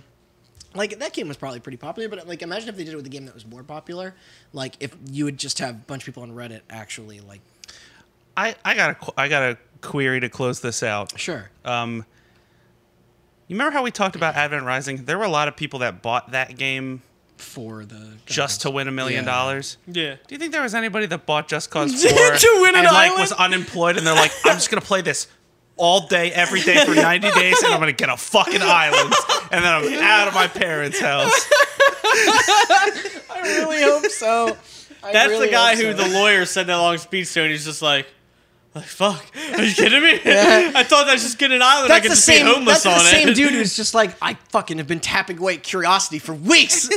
S2: like that game was probably pretty popular, but like imagine if they did it with a game that was more popular. Like if you would just have a bunch of people on Reddit actually like
S3: I, I got a qu- I got a query to close this out.
S2: sure.
S3: Um, you remember how we talked about Advent Rising? There were a lot of people that bought that game
S2: for the
S3: just to win a million
S2: Yeah.
S3: dollars.
S4: Yeah.
S3: Do you think there was anybody that bought Just Cause
S2: To
S3: 4
S2: win an
S3: and like
S2: island?
S3: was unemployed and they're like, I'm just gonna play this all day, every day for 90 days, and I'm gonna get a fucking island, and then I'm out of my parents' house.
S2: I really hope so. I
S4: That's
S2: really
S4: the guy
S2: hope
S4: who
S2: so.
S4: the lawyer said that long speech to, and he's just like, like fuck. Are you kidding me? I thought I was just getting an island. I
S2: That's
S4: could
S2: the
S4: just
S2: same.
S4: be homeless
S2: that's the
S4: on
S2: same
S4: it.
S2: dude who's just like, I fucking have been tapping away at curiosity for weeks.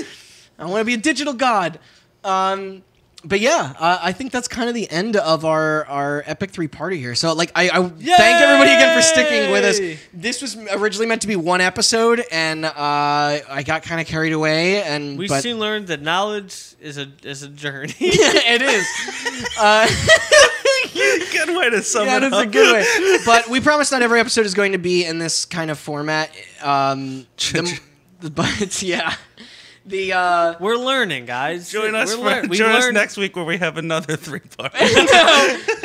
S2: I want to be a digital god. Um, but yeah, uh, I think that's kind of the end of our our epic three party here. So like, I, I thank everybody again for sticking with us.
S4: Yay!
S2: This was originally meant to be one episode, and uh, I got kind of carried away. And
S4: We
S2: but,
S4: soon learned that knowledge is a is a journey.
S2: it is. Uh,
S3: Good way to sum
S2: Yeah,
S3: it
S2: that is
S3: up.
S2: a good way. But we promise not every episode is going to be in this kind of format. Um, the, but yeah, the uh,
S4: We're learning, guys.
S3: Join us,
S4: We're
S3: for,
S4: lear- we
S3: join us
S4: learned-
S3: next week where we have another three part.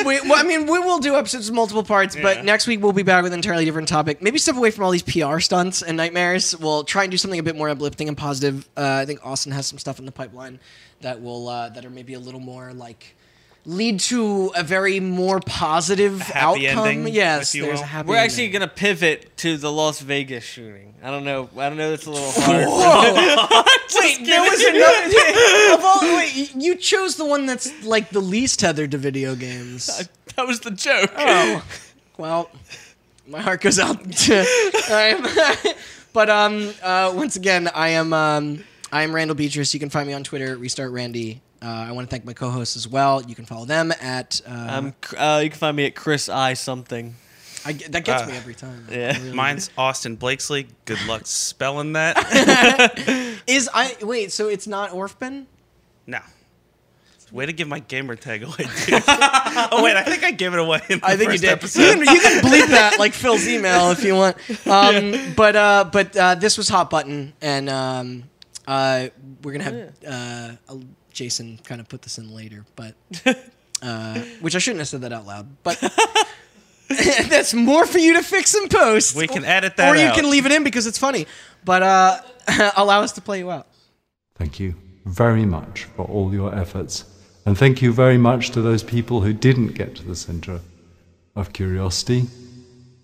S2: we, well, I mean, we will do episodes with multiple parts.
S3: Yeah.
S2: But next week we'll be back with an entirely different topic. Maybe step away from all these PR stunts and nightmares. We'll try and do something a bit more uplifting and positive. Uh, I think Austin has some stuff in the pipeline that will uh, that are maybe a little more like. Lead to a very more positive
S3: happy
S2: outcome.
S3: ending,
S2: yes,
S3: if you
S2: there's a
S3: will.
S2: happy
S4: We're
S2: ending.
S4: actually gonna pivot to the Las Vegas shooting. I don't know. I don't know. It's a little hard.
S2: Whoa! wait, there was another. of all, wait, y- you chose the one that's like the least tethered to video games.
S4: that was the joke.
S2: Oh, well, my heart goes out to. I'm- but um, uh, once again, I am um, I am Randall Beatrice. You can find me on Twitter, Restart Randy. Uh, I want to thank my co-hosts as well. You can follow them at. Uh,
S4: Um, cr- uh, you can find me at Chris I something.
S2: I g that gets
S3: uh,
S2: me every time.
S4: yeah.
S2: It really
S3: Mine's Austin Blakesley. Good luck spelling that.
S2: is I wait. So it's not Orfben.
S3: No. Way to give my gamer tag away, dude. oh, wait, I think I gave it away in the
S2: I think you
S3: first
S2: did.
S3: episode.
S2: You, can, you can bleep that like Phil's email if you want. Um, But uh, but uh, this was hot button, and um, uh, we're gonna have uh, I'll- Jason kind of put this in later, but uh, which I shouldn't have said that out loud, but. That's more for you to fix and post.
S3: We can edit that
S2: Or you
S3: out.
S2: can leave it in because it's funny. But uh, allow us to play you out.
S1: Thank you very much for all your efforts. And thank you very much to those people who didn't get to the center of curiosity.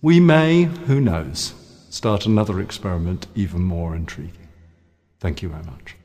S1: We may, who knows, start another experiment even more intriguing. Thank you very much.